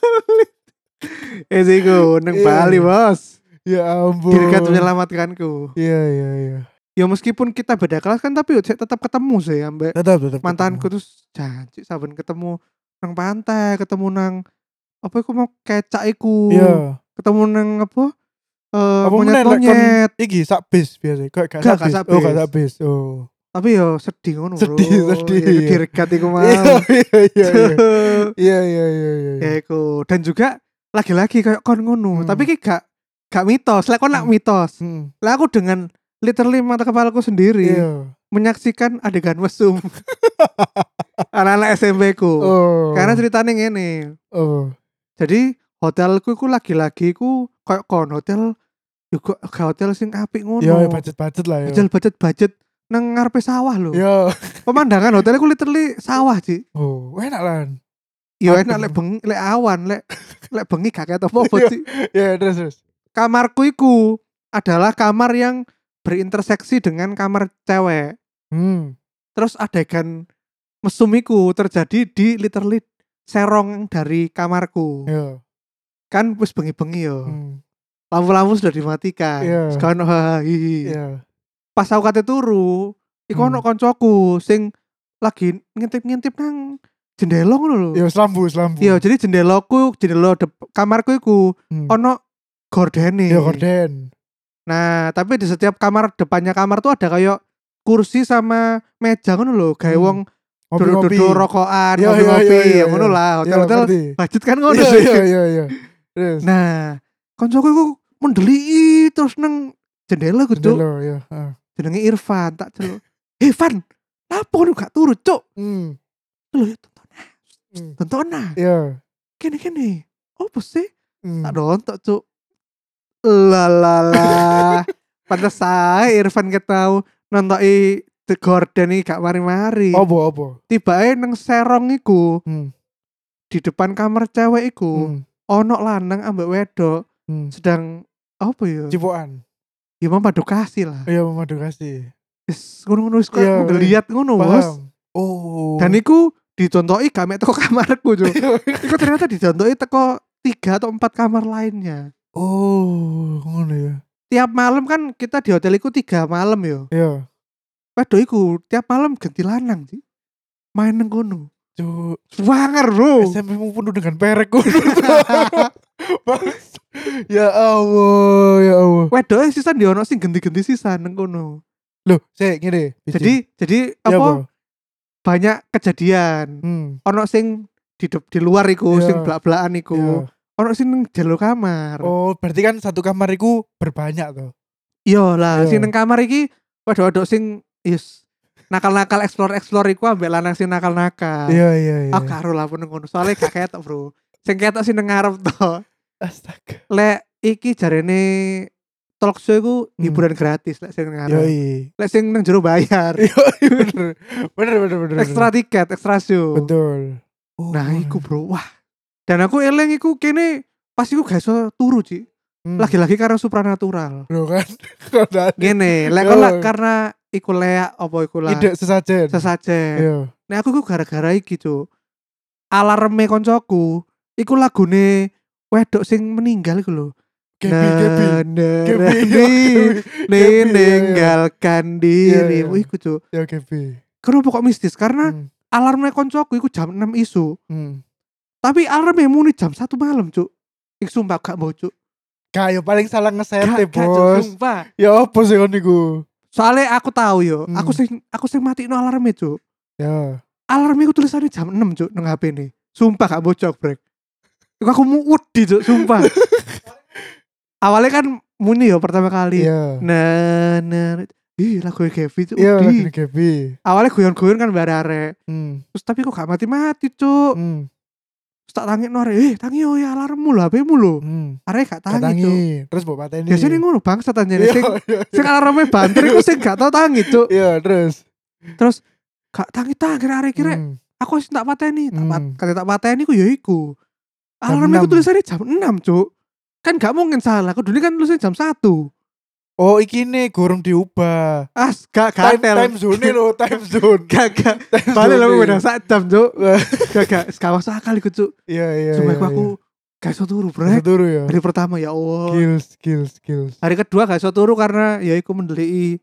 Speaker 1: Eh sih ku nang
Speaker 2: Iya.
Speaker 1: Bali bos
Speaker 2: Ya ampun.
Speaker 1: dirgat menyelamatkanku
Speaker 2: Iya, iya, iya.
Speaker 1: ya meskipun kita beda kelas kan tapi yo cek tetap ketemu sih ambek
Speaker 2: Tetap tetap.
Speaker 1: mantanku terus janji saben ketemu nang pantai ketemu nang apa iku mau kecak iku
Speaker 2: Iya.
Speaker 1: ketemu nang apa eh
Speaker 2: Apa meneh
Speaker 1: monyet
Speaker 2: lek kon-
Speaker 1: monyet
Speaker 2: Iki sak bis biasa. Kayak
Speaker 1: Gak,
Speaker 2: gak sak
Speaker 1: gak
Speaker 2: bis.
Speaker 1: sak
Speaker 2: Oh, gak
Speaker 1: bis.
Speaker 2: sak bis. Oh.
Speaker 1: tapi yo sedih ngono bro
Speaker 2: Sedih, sedih,
Speaker 1: Ya,
Speaker 2: iya.
Speaker 1: diregat iku mau
Speaker 2: Iya, iya, iya. iya.
Speaker 1: <laughs>
Speaker 2: Iya, iya, iya, iya.
Speaker 1: ya
Speaker 2: iya.
Speaker 1: iku dan juga lagi-lagi kayak kon ngono
Speaker 2: Hmm.
Speaker 1: tapi ki gak gak mitos lek kon nak
Speaker 2: Hmm.
Speaker 1: mitos
Speaker 2: Mm.
Speaker 1: lah aku dengan literally mata kepalaku sendiri
Speaker 2: Iya.
Speaker 1: menyaksikan adegan mesum anak-anak SMP ku
Speaker 2: Oh.
Speaker 1: Karena ceritanya ngene.
Speaker 2: Oh.
Speaker 1: Jadi hotelku iku lagi-lagi ku kayak kon hotel juga gak hotel sing apik ngono.
Speaker 2: Ya budget-budget lah ya.
Speaker 1: Hotel budget budget nang ngarepe sawah lho.
Speaker 2: Ya.
Speaker 1: Pemandangan hotelku literally sawah, Ci.
Speaker 2: Oh, enak lan.
Speaker 1: Ya
Speaker 2: Adem.
Speaker 1: enak lek bengi, lek awan, lek lek bengi gak ketok apa-apa,
Speaker 2: Iya.
Speaker 1: Ci.
Speaker 2: Ya, terus terus.
Speaker 1: Kamarku iku adalah kamar yang berinterseksi dengan kamar cewek.
Speaker 2: Hmm.
Speaker 1: Terus adegan mesumiku terjadi di literally serong dari kamarku.
Speaker 2: Ya.
Speaker 1: Kan wis bengi-bengi yo.
Speaker 2: Hmm.
Speaker 1: lampu-lampu sudah dimatikan.
Speaker 2: Iya.
Speaker 1: Sekarang hahi.
Speaker 2: Ya.
Speaker 1: Pas aku kate turu, iku
Speaker 2: Hmm.
Speaker 1: ono koncoku sing lagi ngintip-ngintip nang jendela ngono lho.
Speaker 2: Ya selambu, selambu.
Speaker 1: Iya, jadi jendelaku, jendela dep- kamarku iku
Speaker 2: Hmm.
Speaker 1: ono gordene.
Speaker 2: Ya gorden.
Speaker 1: Nah, tapi di setiap kamar depannya kamar tuh ada kayak kursi sama meja ngono lho, gawe
Speaker 2: Hmm.
Speaker 1: wong
Speaker 2: Ngopi-ngopi.
Speaker 1: duduk-duduk rokokan,
Speaker 2: Iya, iya, iya,
Speaker 1: ngopi-ngopi,
Speaker 2: iya,
Speaker 1: ya ngono
Speaker 2: iya.
Speaker 1: lah,
Speaker 2: Ya,
Speaker 1: hotel-hotel
Speaker 2: ngerti.
Speaker 1: budget kan ngono
Speaker 2: Iya,
Speaker 1: sih.
Speaker 2: iya, iya, iya. Terus.
Speaker 1: Nah, koncoku iku mendelii terus nang jendela gitu.
Speaker 2: Jendela, ya. ah.
Speaker 1: jenenge Irfan tak celuk "Hei Van lapo lu gak turu cuk
Speaker 2: Hmm.
Speaker 1: lho ya tonton
Speaker 2: Hmm.
Speaker 1: tonton nah
Speaker 2: Ya.
Speaker 1: kene kene opo sih
Speaker 2: Hmm.
Speaker 1: tak nonton cuk lalala <laughs> pantes ae Irfan ketau nontoki The Gordon iki gak mari-mari
Speaker 2: Apa, apa?
Speaker 1: tibae nang serong iku
Speaker 2: Hmm.
Speaker 1: di depan kamar cewek iku
Speaker 2: Hmm.
Speaker 1: ono lanang ambek wedok
Speaker 2: Hmm.
Speaker 1: sedang apa ya
Speaker 2: Cipokan.
Speaker 1: ya madu kasih lah
Speaker 2: Iya, memadu kasih.
Speaker 1: wis ngono-ngono wis kok
Speaker 2: Iya,
Speaker 1: ngeliat ngono bos
Speaker 2: Paham. Oh.
Speaker 1: Dan iku dicontohi gak mek teko <laughs> kamarku, Cuk. iku ternyata dicontohi teko tiga atau empat kamar lainnya.
Speaker 2: <laughs> Oh, ngono ya.
Speaker 1: Tiap malam kan kita di hotel iku tiga malam yo.
Speaker 2: Iya.
Speaker 1: Waduh iku tiap malam ganti lanang sih. Main nang kono.
Speaker 2: Cuk,
Speaker 1: Wanger bro.
Speaker 2: SMP mu penuh dengan perek ngono. <laughs> Bangsa. ya Allah, ya Allah.
Speaker 1: Wedoke e sisan yo ono sing ganti-ganti sisan nang kono.
Speaker 2: Loh, saya ngene. Biji.
Speaker 1: Jadi jadi
Speaker 2: Ya,
Speaker 1: apa
Speaker 2: apa?
Speaker 1: banyak kejadian.
Speaker 2: Hmm.
Speaker 1: Ono sing di dep- di luar iku
Speaker 2: Iya.
Speaker 1: sing blak-blakan iku.
Speaker 2: ya.
Speaker 1: Ono sing nang jero kamar.
Speaker 2: Oh, berarti kan satu kamar iku berbanyak toh.
Speaker 1: Iya lah,
Speaker 2: Iya.
Speaker 1: sing nang kamar iki waduh-waduh sing is nakal-nakal explore-explore iku ambek lanang sing nakal-nakal.
Speaker 2: Iya, iya, iya.
Speaker 1: Ah karo lah pun ngono. Soale gak ketok, Bro. Sing ketok sing nang ngarep to.
Speaker 2: Astaga.
Speaker 1: Lek iki jarene talk show iku
Speaker 2: Hmm.
Speaker 1: hiburan gratis lek sing nang
Speaker 2: Yo,
Speaker 1: ngarep. Lek sing nang jero bayar.
Speaker 2: Yo, <laughs> bener. Bener, bener, bener.
Speaker 1: Ekstra tiket, ekstra show.
Speaker 2: Betul. Oh,
Speaker 1: Nah, iku Bro. Wah. Dan aku eling iku kene pas iku gak iso turu, Ci.
Speaker 2: Hmm.
Speaker 1: Lagi-lagi karena supranatural.
Speaker 2: Loh kan. <laughs> Karena <laughs>
Speaker 1: Gini, lek
Speaker 2: Yo.
Speaker 1: kon lak- karena iku leak apa iku lah.
Speaker 2: Oh. Ide sesajen.
Speaker 1: Sesajen.
Speaker 2: Iya.
Speaker 1: Nek aku ku gara-gara iki, Cuk. Alarme koncoku iku lagune wedok sing meninggal iku lho.
Speaker 2: Gebi,
Speaker 1: Nah,
Speaker 2: gebi.
Speaker 1: <laughs>
Speaker 2: Gebi, iya,
Speaker 1: Neneneni
Speaker 2: gebi. Gebi, iya, iya.
Speaker 1: ninggalkan dirimu
Speaker 2: iya.
Speaker 1: iku, Cuk.
Speaker 2: Ya, gebi.
Speaker 1: Kenapa kok mistis? Karena
Speaker 2: Hmm.
Speaker 1: alarme koncoku iku jam 6 isu.
Speaker 2: Hmm.
Speaker 1: Tapi alarmnya muni jam 1 malam, Cuk. Iku sumpah gak mau, Cuk.
Speaker 2: Kayak paling salah
Speaker 1: Gak,
Speaker 2: ngesete,
Speaker 1: gak, Cuk,
Speaker 2: Bos.
Speaker 1: sumpah.
Speaker 2: Ya apa sih kan iku?
Speaker 1: Soalnya aku tahu yo,
Speaker 2: Hmm.
Speaker 1: aku sing aku sing matiin alarmnya, Cuk.
Speaker 2: Ya.
Speaker 1: Alarmnya aku tulisannya jam 6, Cuk, nang HP ini. Sumpah gak bocok, Brek. Iku aku mau wedi, Cuk,
Speaker 2: <laughs>
Speaker 1: sumpah. Awalnya kan muni yo pertama kali.
Speaker 2: Iya.
Speaker 1: Nah, nah, Ih, lagu Gavi cuk.
Speaker 2: Iya,
Speaker 1: Wedi.
Speaker 2: lagi Gaby.
Speaker 1: Awalnya guyon-guyon kan bare-arek.
Speaker 2: Hmm.
Speaker 1: Terus tapi kok gak mati-mati, cuk.
Speaker 2: Hmm.
Speaker 1: Terus tak tangi nore, "Eh, tangi oh ya alarmmu lho, HP-mu lho."
Speaker 2: Hmm.
Speaker 1: Arek gak
Speaker 2: Tak
Speaker 1: tangi, cuk.
Speaker 2: tangi. Terus bawa pateni.
Speaker 1: Biasanya ngono bangsat anjene
Speaker 2: Iya, <laughs>
Speaker 1: sing
Speaker 2: iya,
Speaker 1: sing alarmnya banter iku sing gak tau tangi, cuk.
Speaker 2: Iya, terus.
Speaker 1: Terus gak tangi-tangi arek kira
Speaker 2: Hmm.
Speaker 1: aku sih tak pateni tak pat
Speaker 2: Hmm.
Speaker 1: kata tak pateni ku ya iku
Speaker 2: Jam
Speaker 1: alarm iku
Speaker 2: enam.
Speaker 1: tulisannya jam 6 cuk kan gak mungkin salah aku dulu kan tulisannya jam 1
Speaker 2: Oh, iki nih gorong diubah.
Speaker 1: as gak
Speaker 2: Time,
Speaker 1: gak tel
Speaker 2: time <laughs> zone lo,
Speaker 1: <laughs>
Speaker 2: time zone.
Speaker 1: gak gak
Speaker 2: <laughs> Time
Speaker 1: balik
Speaker 2: zone
Speaker 1: lho
Speaker 2: nih.
Speaker 1: udah sak jam cuk
Speaker 2: Wah,
Speaker 1: <laughs> gak gak gak masuk akal iku cuk
Speaker 2: Iya, iya.
Speaker 1: cuma
Speaker 2: iya,
Speaker 1: aku aku
Speaker 2: iya.
Speaker 1: gak iso turu
Speaker 2: Bisa
Speaker 1: brek
Speaker 2: turu ya.
Speaker 1: hari pertama ya Allah
Speaker 2: Skills, skills, skills.
Speaker 1: hari kedua gak iso turu karena ya iku
Speaker 2: <laughs>
Speaker 1: mendeliki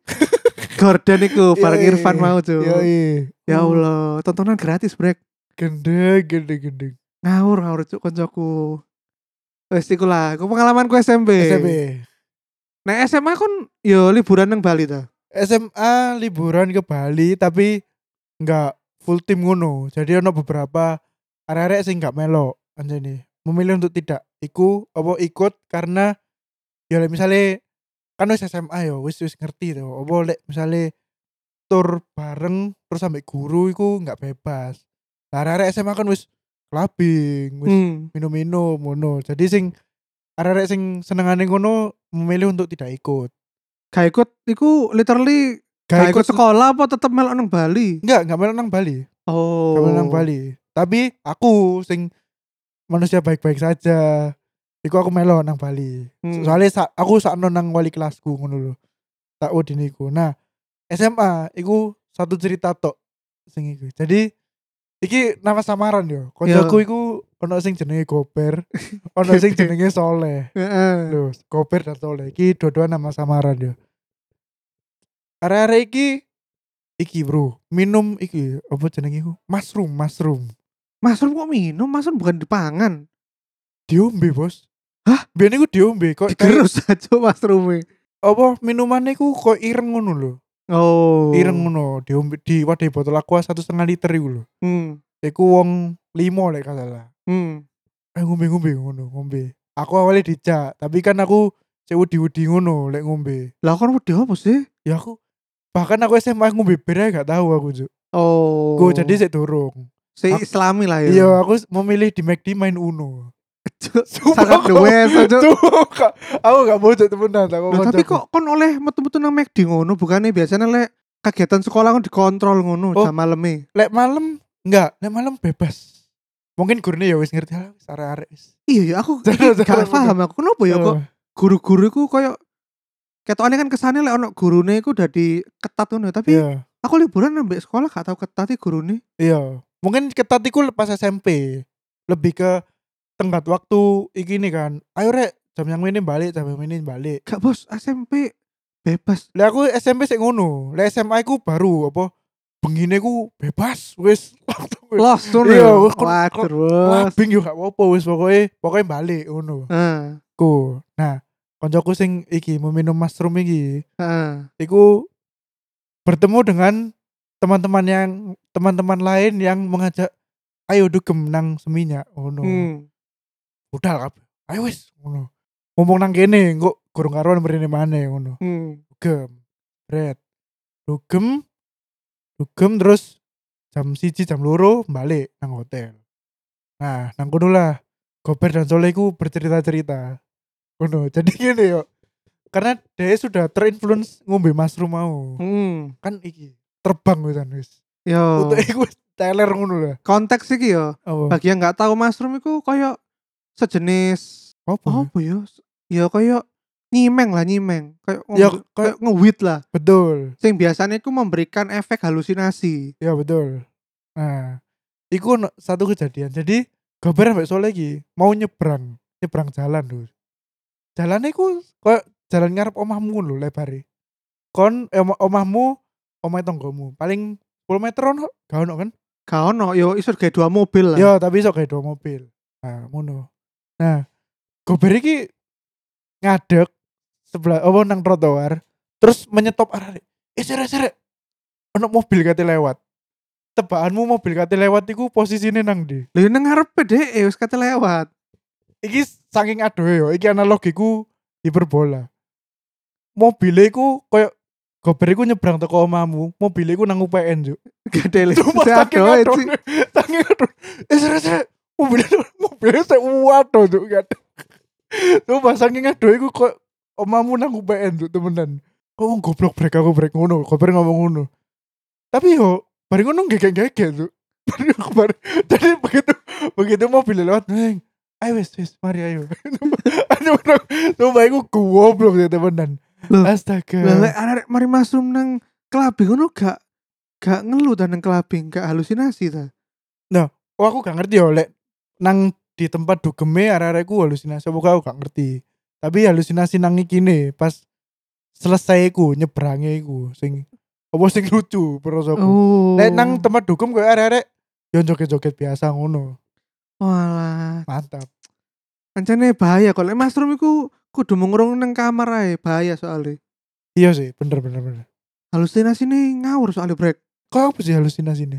Speaker 1: Gordon iku bareng
Speaker 2: Yoi.
Speaker 1: Irfan mau cuk
Speaker 2: Iya, iya.
Speaker 1: ya Allah tontonan gratis brek
Speaker 2: Gendeng, gendeng, gendeng.
Speaker 1: ngawur ngawur cuk koncoku wes iku lah iku pengalamanku
Speaker 2: SMP.
Speaker 1: Nah SMA kan yo liburan nang Bali ta.
Speaker 2: SMA liburan ke Bali tapi nggak full tim ngono. Jadi ono beberapa arek-arek sing nggak melok anjene. Memilih untuk tidak iku apa ikut karena ya lek misale kan wis SMA ya wis wis ngerti to. Apa lek misale tur bareng terus sampai guru iku nggak bebas. Nah, arek-arek SMA kan wis clubbing, wis
Speaker 1: Hmm.
Speaker 2: minum-minum ngono. Jadi sing arek-arek sing senengane ngono memilih untuk tidak ikut.
Speaker 1: Gak ikut iku literally gak, ikut, sekolah apa tetep melok nang Bali?
Speaker 2: Enggak, enggak melok nang Bali.
Speaker 1: Oh.
Speaker 2: Enggak melok nang Bali. Tapi aku sing manusia baik-baik saja. Iku aku melok nang Bali.
Speaker 1: Hmm.
Speaker 2: Soalnya sa- aku sakno nang wali kelasku ngono lho. Tak udin iku. Nah, SMA iku satu cerita tok sing iku. Jadi iki nama samaran yo. Koncoku iku ono sing jenenge Gober,
Speaker 1: <laughs>
Speaker 2: ono sing jenenge Soleh.
Speaker 1: Heeh.
Speaker 2: Lho, Gober dan Soleh iki dua-dua nama samaran ya. Arek-arek iki iki, Bro. Minum iki apa jenenge iku? Mushroom, mushroom.
Speaker 1: Mas Rum kok minum? Mas Rum bukan dipangan.
Speaker 2: Diombe, Bos.
Speaker 1: Hah?
Speaker 2: Biyen iku diombe kok kayak
Speaker 1: Digerus aja Mas Rum.
Speaker 2: apa minumannya iku kok ireng ngono lho.
Speaker 1: Oh.
Speaker 2: Ireng ngono, diombe di wadah botol aqua satu setengah liter iku lho.
Speaker 1: Hmm.
Speaker 2: Iku wong limo lek gak salah.
Speaker 1: Hmm.
Speaker 2: Eh ngombe-ngombe ngono, ngombe. Aku awalnya dijak, tapi kan aku sewu diudi ngono lek ngombe.
Speaker 1: Lah kan wedi apa sih?
Speaker 2: Ya aku bahkan aku SMA ngombe bir aja gak tahu aku, Cuk.
Speaker 1: Oh.
Speaker 2: Gue jadi sik durung.
Speaker 1: si
Speaker 2: Aku-
Speaker 1: islami lah ya.
Speaker 2: Iya, aku s- memilih di McD main Uno. <laughs>
Speaker 1: Cuk,
Speaker 2: Sumpah <laughs>
Speaker 1: Sangat the best, Cuk.
Speaker 2: Sumpah, Kak. aku gak bocok temenan aku.
Speaker 1: Lah, tapi kok kon oleh metu-metu nang McD ngono bukannya biasanya lek kegiatan sekolah kan dikontrol ngono
Speaker 2: Oh.
Speaker 1: jam maleme.
Speaker 2: lek malam enggak, lek malam bebas. Mungkin gurune ya wis ngerti lah, wis arek-arek wis.
Speaker 1: Iya, ya aku
Speaker 2: <laughs> Jarang-
Speaker 1: gak
Speaker 2: jarang
Speaker 1: paham aku kenapa ya kok
Speaker 2: Eh,
Speaker 1: guru-guru iku koyo ketokane kan kesane lek ono gurune iku dadi ketat ngono tapi
Speaker 2: Iya.
Speaker 1: aku liburan nambah sekolah gak tau ketat iki gurune
Speaker 2: Iya. Mungkin ketat iku lepas SMP. Lebih ke tenggat waktu iki nih kan. Ayo rek, jam yang ini balik, jam yang ini balik.
Speaker 1: gak bos SMP bebas
Speaker 2: Lah aku SMP sik ngono. Lah SMA ku baru apa bengine ku bebas wis <laughs> langsung wis.
Speaker 1: lost tuh
Speaker 2: Iya,
Speaker 1: lho
Speaker 2: kon-
Speaker 1: waduh bos
Speaker 2: Labing yo gak apa-apa wis pokoke pokoke balik ngono.
Speaker 1: Heeh,
Speaker 2: Ku. Nah, koncoku sing iki meminum mushroom iki
Speaker 1: heeh.
Speaker 2: iku bertemu dengan teman-teman yang teman-teman lain yang mengajak ayo dugem nang seminya ngono.
Speaker 1: Hmm.
Speaker 2: Budal kabeh. Ayo wis ngono. Ngomong nang kene kok kurang karuan mrene maneh ngono.
Speaker 1: hmm.
Speaker 2: dugem red dugem dugem terus jam siji jam loro balik nang hotel nah nang kono lah Gober dan Soleh ku bercerita cerita kono <laughs> jadi gini yo karena dia sudah terinfluence ngombe mushroom mau
Speaker 1: Hmm.
Speaker 2: kan iki terbang wisan wis
Speaker 1: Yo,
Speaker 2: untuk <laughs> Oh. iku wis teler ngono lah
Speaker 1: konteks iki yo.
Speaker 2: Oh. apa
Speaker 1: Bagi yang gak tahu mushroom iku koyo sejenis
Speaker 2: apa ya?
Speaker 1: apa yo? Ya koyo nyimeng lah nyimeng. Kayak
Speaker 2: ya
Speaker 1: nge-
Speaker 2: kayak
Speaker 1: kayak ngewit lah.
Speaker 2: betul
Speaker 1: Sing biasanya iku memberikan efek halusinasi.
Speaker 2: ya betul nah iku ono satu kejadian jadi Gober sampai Soleh iki mau nyebrang nyebrang jalan dulu jalannya ku kok jalan ngarep omahmu lho lebare kon eh, oma- omahmu omah tonggomu paling 10 meter ono gak ono kan
Speaker 1: Gak ono, yo iso gawe dua mobil lah.
Speaker 2: ya tapi iso kayak dua mobil nah ngono nah gober iki ngadeg sebelah oh nang trotoar terus menyetop arah eh sere sere ono mobil kate lewat tebakanmu mobil kate lewat iku posisine nang di
Speaker 1: Lha nang ngarepe dhek wis kate lewat. <laughs>
Speaker 2: iki saking adoh yo iki analogiku hiperbola mobilnya iku koyo Gober iku nyebrang teko omamu, mobil iku nang UPN juk.
Speaker 1: Gak ada <laughs> lagi.
Speaker 2: Cuma
Speaker 1: Saya
Speaker 2: saking
Speaker 1: doain
Speaker 2: adoh.
Speaker 1: sih.
Speaker 2: Saking adoh. Eh seru seru. Mobilnya mobilnya saya waduh juk kan. Cuma saking adoh iku kok omamu nang UPN juk temenan. Kok wong goblok brek aku brek ngono, Gober ngomong ngono. Tapi yo bareng ngono gegek-gegek juk. Bareng aku bareng. Jadi begitu begitu mobil lewat, neng. Ayo wis wis mari ayo. Ayo bro. Cuma iku goblok ya temenan.
Speaker 1: Loh,
Speaker 2: Astaga.
Speaker 1: Lah lek arek mari masuk nang kelabing ngono gak gak ngeluh ta nang kelabing, gak halusinasi ta.
Speaker 2: Oh aku gak ngerti ya lek nang di tempat dugeme arek-arekku halusinasi apa gak, aku gak ngerti. Tapi halusinasi nang iki ne pas selesai ku nyebrange iku sing apa sing lucu perasaanku.
Speaker 1: Oh.
Speaker 2: Lek nang tempat dugem koyo arek-arek yo joget-joget biasa ngono.
Speaker 1: Walah,
Speaker 2: Mantap.
Speaker 1: ancane bahaya kok lek mushroom iku kudu mengurung nang kamar ae, bahaya soalnya.
Speaker 2: Iya sih, bener bener bener.
Speaker 1: Halusinasi nih ngawur soalnya brek.
Speaker 2: Kok apa sih halusinasinya?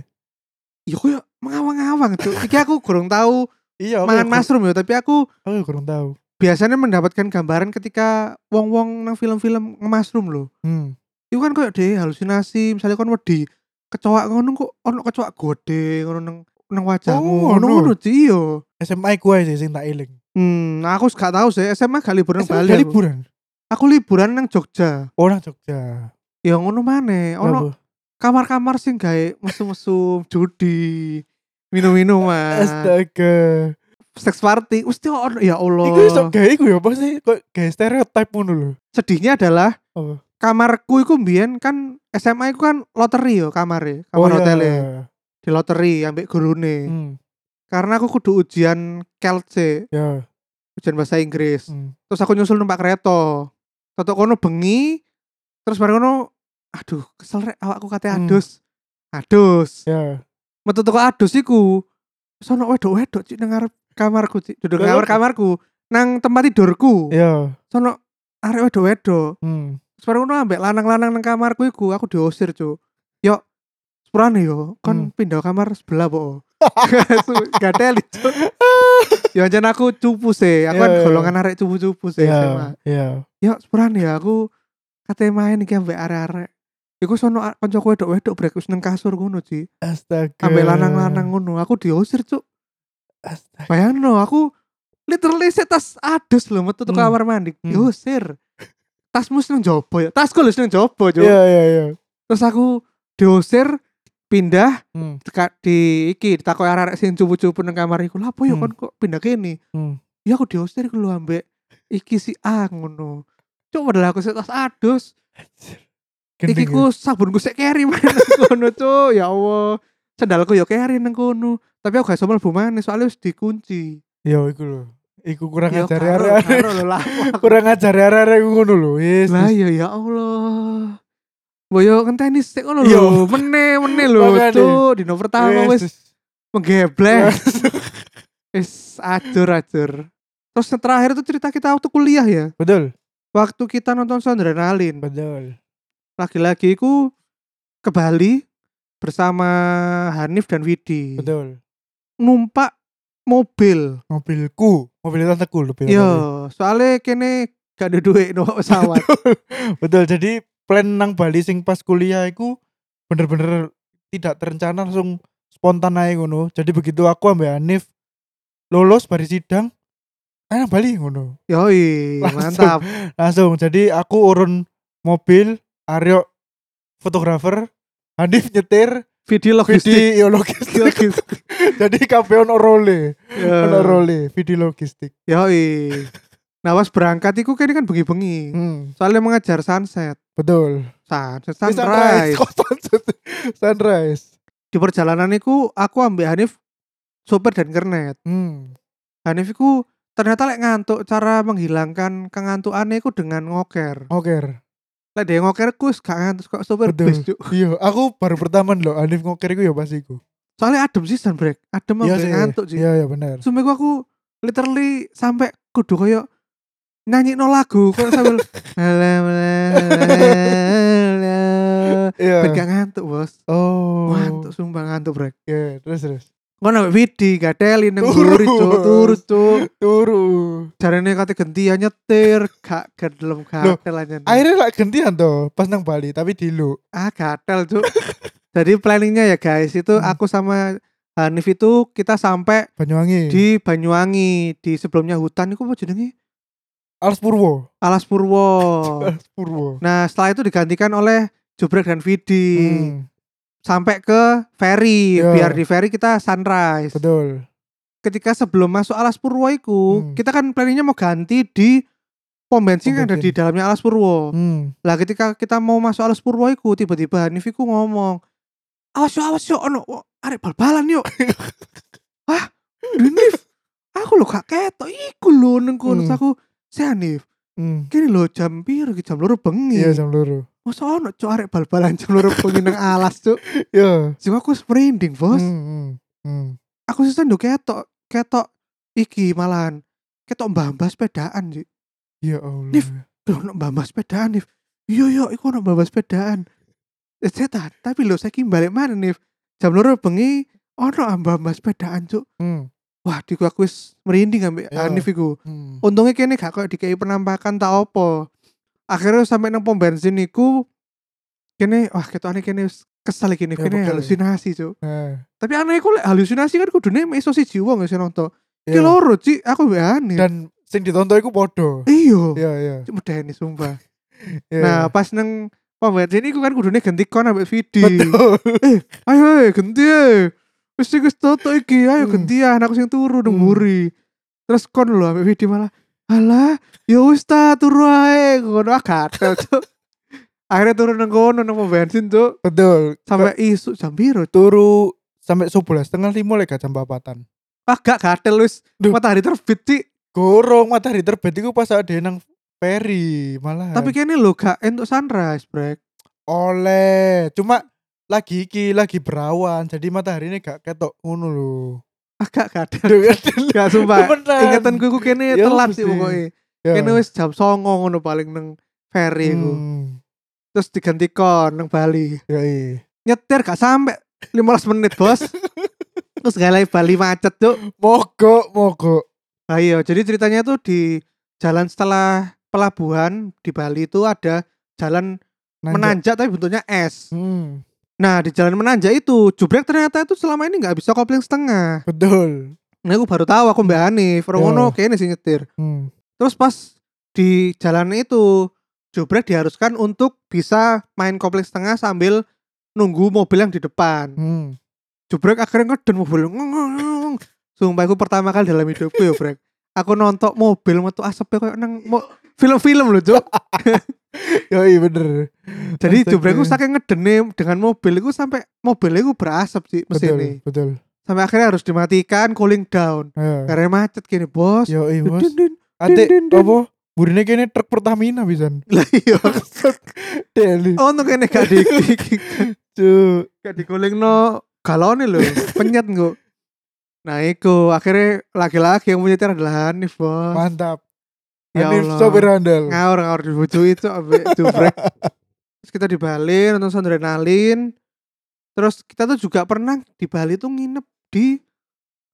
Speaker 1: Ya koyo mengawang-awang tuh. Iki aku kurang <laughs> tahu
Speaker 2: Iya, aku
Speaker 1: mangan
Speaker 2: ya gur-
Speaker 1: mushroom ya, tapi aku
Speaker 2: Aku ya kurang tahu.
Speaker 1: biasanya mendapatkan gambaran ketika wong-wong nang film-film nge-mushroom loh.
Speaker 2: Hmm.
Speaker 1: Iku kan koyo deh halusinasi, misalnya kon wedi kecoa ngono kok ono kecoa gode ngono nang nang
Speaker 2: Oh,
Speaker 1: wajahmu.
Speaker 2: ngono.
Speaker 1: Ngono-ngono sih iya.
Speaker 2: SMA ku aja sing tak eling.
Speaker 1: Hmm, nah aku gak tahu sih SMA gak liburan
Speaker 2: SMA
Speaker 1: Bali.
Speaker 2: gak
Speaker 1: aku.
Speaker 2: liburan.
Speaker 1: Aku liburan nang Jogja.
Speaker 2: Orang Jogja.
Speaker 1: Ya ngono maneh, ono
Speaker 2: Kenapa?
Speaker 1: kamar-kamar sing gawe mesum-mesum judi,
Speaker 2: <laughs>
Speaker 1: minum-minuman,
Speaker 2: Astaga.
Speaker 1: seks party. Mesti ono ya Allah.
Speaker 2: Iku iso gawe iku ya apa sih? Kok gawe stereotip ngono lho.
Speaker 1: Sedihnya adalah
Speaker 2: Apa?
Speaker 1: kamarku iku mbiyen kan SMA iku kan loteri yo kamare, kamar
Speaker 2: iya.
Speaker 1: hotel ya? di loteri ambek gurune.
Speaker 2: Hmm,
Speaker 1: Karena aku kudu ujian kelce,
Speaker 2: ya.
Speaker 1: ujian bahasa Inggris.
Speaker 2: Hmm.
Speaker 1: terus aku nyusul numpak kereta Toto kono bengi terus bareng kono aduh kesel rek awakku kate
Speaker 2: Hmm.
Speaker 1: adus adus
Speaker 2: Ya.
Speaker 1: metu teko adus iku sono wedok-wedok cik nang ngarep kamarku cik duduk
Speaker 2: Lah, iya,
Speaker 1: nang ngarep
Speaker 2: lho.
Speaker 1: kamarku nang tempat tidurku
Speaker 2: Ya.
Speaker 1: sono arek wedok-wedok
Speaker 2: Hmm.
Speaker 1: terus bareng kono ambek lanang-lanang nang kamarku iku aku diusir cuk yo sepurane yo
Speaker 2: Hmm.
Speaker 1: kon pindah kamar sebelah
Speaker 2: <laughs>
Speaker 1: po gak teli cuk yo jan aku cupu sih aku kan
Speaker 2: Ya, ya, ya.
Speaker 1: golongan arek cupu-cupu sih SMA
Speaker 2: Ya. Ya.
Speaker 1: ya sepuran ya aku kate main iki ambek arek-arek iku sono a- kanca wedok wedok brek wis nang kasur ngono Ci
Speaker 2: Astaga.
Speaker 1: ambek lanang-lanang ngono aku diusir cuk
Speaker 2: Astaga.
Speaker 1: bayangno aku literally setas adus lho metu teko
Speaker 2: Hmm.
Speaker 1: kamar mandi
Speaker 2: Hmm.
Speaker 1: diusir tasmu wis nang jopo ya tasku lho wis nang jopo cuk
Speaker 2: Ya ya ya.
Speaker 1: terus aku diusir pindah
Speaker 2: Hmm.
Speaker 1: dekat di iki ditakoki arek-arek sing cupu-cupu nang kamar iku lha apa ya
Speaker 2: Hmm.
Speaker 1: kon kok pindah kene
Speaker 2: Hmm.
Speaker 1: ya aku diusir iku lho ambek iki si A ngono cuk padahal aku setas adus
Speaker 2: Gendeng
Speaker 1: iki ku sabunku sik <laughs> keri men kono cuk ya Allah sendalku ya keri nang kono tapi aku gak iso mlebu maneh soalnya wis dikunci
Speaker 2: ya. Ya iku lho. Iku kurang
Speaker 1: Ya,
Speaker 2: ajar
Speaker 1: karo,
Speaker 2: arek.
Speaker 1: karo lho,
Speaker 2: <laughs>
Speaker 1: lah aku.
Speaker 2: Kurang ajar arek iku ngono lho. Yes.
Speaker 1: lah ya ya Allah Boyo ngenteni sik ngono
Speaker 2: Yo.
Speaker 1: lho, mene mene lho
Speaker 2: Makane.
Speaker 1: cuk dino pertama wis menggeblek.
Speaker 2: Yes.
Speaker 1: Wis acur acur. Terus yang terakhir itu cerita kita waktu kuliah ya.
Speaker 2: Betul.
Speaker 1: Waktu kita nonton Sondrenalin.
Speaker 2: Betul.
Speaker 1: Lagi-lagi ku ke Bali bersama Hanif dan Widi.
Speaker 2: Betul.
Speaker 1: numpak mobil.
Speaker 2: Mobilku, mobil tanteku lebih.
Speaker 1: Iya. Yo, soalnya kene gak ada duit
Speaker 2: <laughs>
Speaker 1: numpak pesawat.
Speaker 2: Betul. Jadi plan nang Bali sing pas kuliah iku bener-bener tidak terencana langsung spontan aja ngono. Jadi begitu aku ambil Hanif lulus bari sidang ayo nang Bali ngono.
Speaker 1: Yoi,
Speaker 2: Langsung.
Speaker 1: mantap.
Speaker 2: Langsung. Jadi aku urun mobil, Aryo fotografer, Hanif nyetir,
Speaker 1: Video logistik.
Speaker 2: Vidi yo <laughs>
Speaker 1: <laughs>
Speaker 2: logistik.
Speaker 1: Logistik.
Speaker 2: Jadi kapeon
Speaker 1: Eh.
Speaker 2: role,
Speaker 1: Yo.
Speaker 2: ono role, Vidi logistik.
Speaker 1: Yoi. Nah pas berangkat iku kene kan bengi-bengi.
Speaker 2: Hmm,
Speaker 1: Soalnya mengajar sunset.
Speaker 2: betul.
Speaker 1: Sunset,
Speaker 2: Eh, <laughs>
Speaker 1: sunrise.
Speaker 2: Kok sunset? Sunrise.
Speaker 1: Di perjalanan iku aku ambil Hanif sopir dan kernet.
Speaker 2: Hmm.
Speaker 1: Hanif iku ternyata lek ngantuk cara menghilangkan kengantukannya iku dengan ngoker.
Speaker 2: Oke.
Speaker 1: Lek dia ngoker ku wis gak ngantuk kok sopir
Speaker 2: Betul.
Speaker 1: bis, Cuk.
Speaker 2: Iya, aku baru pertama lho Hanif ngoker iku ya pas iku.
Speaker 1: Soalnya adem sih break. Adem ambil ngantuk sih.
Speaker 2: Iya, iya bener.
Speaker 1: Sumpah gua aku literally sampai kudu koyo nyanyi no lagu kok <laughs> sambil "Lele, lele, lele."
Speaker 2: Iya.
Speaker 1: Ben gak ngantuk bos
Speaker 2: Oh.
Speaker 1: ngantuk sumpah ngantuk brek
Speaker 2: Iya, terus terus.
Speaker 1: Ngono ambek Widi gadeli nang
Speaker 2: Turu.
Speaker 1: guri cuk, turu cuk.
Speaker 2: Turu.
Speaker 1: Jarene kate gentian nyetir, gak gelem gatel anjen.
Speaker 2: Akhirnya lah gantian toh pas nang Bali tapi dilu.
Speaker 1: Ah, gatel cuk. <laughs> Jadi planningnya ya guys, itu
Speaker 2: Hmm.
Speaker 1: aku sama Hanif itu kita sampai
Speaker 2: Banyuwangi. Di
Speaker 1: di Banyuwangi, di sebelumnya hutan itu apa jenenge?
Speaker 2: Alas Purwo.
Speaker 1: Alas
Speaker 2: <laughs>
Speaker 1: Purwo.
Speaker 2: Alas Purwo.
Speaker 1: nah, setelah itu digantikan oleh Jubrek dan Vidi.
Speaker 2: Hmm,
Speaker 1: sampai ke ferry
Speaker 2: Ya.
Speaker 1: biar di ferry kita sunrise
Speaker 2: betul.
Speaker 1: ketika sebelum masuk alas purwo iku
Speaker 2: Hmm.
Speaker 1: kita kan planningnya mau ganti di pom bensin
Speaker 2: Pom
Speaker 1: yang ada di
Speaker 2: bensin.
Speaker 1: dalamnya alas purwo
Speaker 2: Hmm.
Speaker 1: lah ketika kita mau masuk alas purwo iku tiba-tiba Hanif iku ngomong awas yuk awas yuk ono wo- arek bal-balan
Speaker 2: <laughs>
Speaker 1: yuk Hah? Hanif aku lo gak ketok iku lo neng kono.
Speaker 2: Hmm.
Speaker 1: Terus aku si Hanif
Speaker 2: Hmm.
Speaker 1: kini lo jam biru jam loro bengi
Speaker 2: Iya jam loro.
Speaker 1: masa ono cuk arek bal-balan jam loro bengi neng alas cuk
Speaker 2: Iya.
Speaker 1: sing aku sprinding bos
Speaker 2: Hmm, hmm, hmm.
Speaker 1: aku sih nduk ketok ketok iki malahan ketok mbah-mbah sepedaan sih
Speaker 2: Ya Allah.
Speaker 1: Nif. lho ono mbah-mbah sepedaan Nif iya iya iku ono mbah-mbah sepedaan Eh, setan tapi lho saiki balik mana Nif jam loro bengi ono mbah-mbah sepedaan cuk
Speaker 2: Hmm.
Speaker 1: wah diku aku wis merinding ambek
Speaker 2: Ya.
Speaker 1: Hanif iku
Speaker 2: Hmm.
Speaker 1: untungnya kene gak kok dikei penampakan tak opo akhirnya sampai nang pom bensin iku kene wah ketokane kene wis kesel iki Nif
Speaker 2: Ya,
Speaker 1: kene
Speaker 2: bekel.
Speaker 1: halusinasi cuk
Speaker 2: Nah,
Speaker 1: tapi aneh iku lek halusinasi kan kudune iso siji wong ya sing nonton Ki
Speaker 2: iya.
Speaker 1: loro Ci, aku mbek Hanif.
Speaker 2: Dan sing ditonton iku podo.
Speaker 1: Iya.
Speaker 2: Iya, iya.
Speaker 1: Cuk medeni sumpah.
Speaker 2: iya. <laughs>
Speaker 1: Nah, pas neng pom bensin iku kan kudune ganti kon ambek Vidi.
Speaker 2: betul.
Speaker 1: Ayo ayo ganti. ayo. Wis iki wis toto iki, ayo
Speaker 2: Hmm.
Speaker 1: gantian aku sing turu nang
Speaker 2: Hmm.
Speaker 1: mburi. Terus kon lho ambek Vidi malah Alah, ya wis ta turu ae ngono ah gatel <laughs> cuk. Akhirnya turun nang kono nang pom bensin cuk
Speaker 2: betul.
Speaker 1: sampai isuk jam biru.
Speaker 2: Turu sampai 11 setengah lima lek gak jam papatan.
Speaker 1: Ah gak gatel wis
Speaker 2: Duh.
Speaker 1: matahari terbit Ci.
Speaker 2: Gorong matahari terbit iku pas ada nang peri malah.
Speaker 1: Tapi kene lho gak entuk sunrise, Brek.
Speaker 2: oleh cuma lagi iki lagi berawan jadi matahari ini gak ketok ngono lho. <laughs>
Speaker 1: Ah gak gatel.
Speaker 2: Beneran.
Speaker 1: Gak sumpah. Ingatan gue kene
Speaker 2: Ya,
Speaker 1: telat sih
Speaker 2: mesti.
Speaker 1: pokoknya
Speaker 2: Ya.
Speaker 1: Kene wis jam songo ngono paling neng ferry ku.
Speaker 2: Hmm.
Speaker 1: Terus diganti kon neng Bali.
Speaker 2: Ya iya.
Speaker 1: Nyetir gak sampe 15 menit,
Speaker 2: <laughs>
Speaker 1: Bos. Terus galai Bali macet, Cuk.
Speaker 2: Mogok, mogok.
Speaker 1: Nah, iya, jadi ceritanya tuh di jalan setelah pelabuhan di Bali itu ada jalan
Speaker 2: Nanjak.
Speaker 1: menanjak tapi bentuknya S.
Speaker 2: Hmm.
Speaker 1: Nah, di jalan menanjak itu Jubrek ternyata itu selama ini nggak bisa kopling setengah.
Speaker 2: Betul.
Speaker 1: Nah, aku baru tahu aku Mbak Hanif,
Speaker 2: Ya.
Speaker 1: Romono kayaknya sih nyetir.
Speaker 2: Hmm.
Speaker 1: Terus pas di jalan itu Jobrek diharuskan untuk bisa main kompleks tengah sambil nunggu mobil yang di depan.
Speaker 2: Hmm.
Speaker 1: Jobrek akhirnya ngeden mobil. Ngong, ngong, ngong. Sumpah aku pertama kali dalam hidupku ya, Brek. Aku nonton mobil metu asepnya kayak nang mo- film-film loh, Cuk.
Speaker 2: Ya iya bener.
Speaker 1: Jadi
Speaker 2: Astaga.
Speaker 1: Jobrek ku saking ngedene dengan mobil iku sampai mobilnya ku berasap sih mesinnya.
Speaker 2: Betul, betul.
Speaker 1: Sampai akhirnya harus dimatikan cooling down.
Speaker 2: Ya.
Speaker 1: Karena macet gini, Bos.
Speaker 2: Ya iya bos.
Speaker 1: Din, din.
Speaker 2: Ate
Speaker 1: din, din.
Speaker 2: apa? Burine kene truk Pertamina pisan.
Speaker 1: Lah iya. <laughs>
Speaker 2: Deli.
Speaker 1: Oh, untuk ini gak di
Speaker 2: Cuk.
Speaker 1: Gak diguling no galone lho, penyet nggo. Nah iku akhirnya laki-laki yang menyetir adalah Hanif bos.
Speaker 2: Mantap.
Speaker 1: Ya
Speaker 2: Hanif
Speaker 1: Allah.
Speaker 2: sopir handal.
Speaker 1: Ngawur ngawur dibujui itu abe jubrek. Terus kita di Bali nonton adrenalin. Terus kita tuh juga pernah di Bali tuh nginep di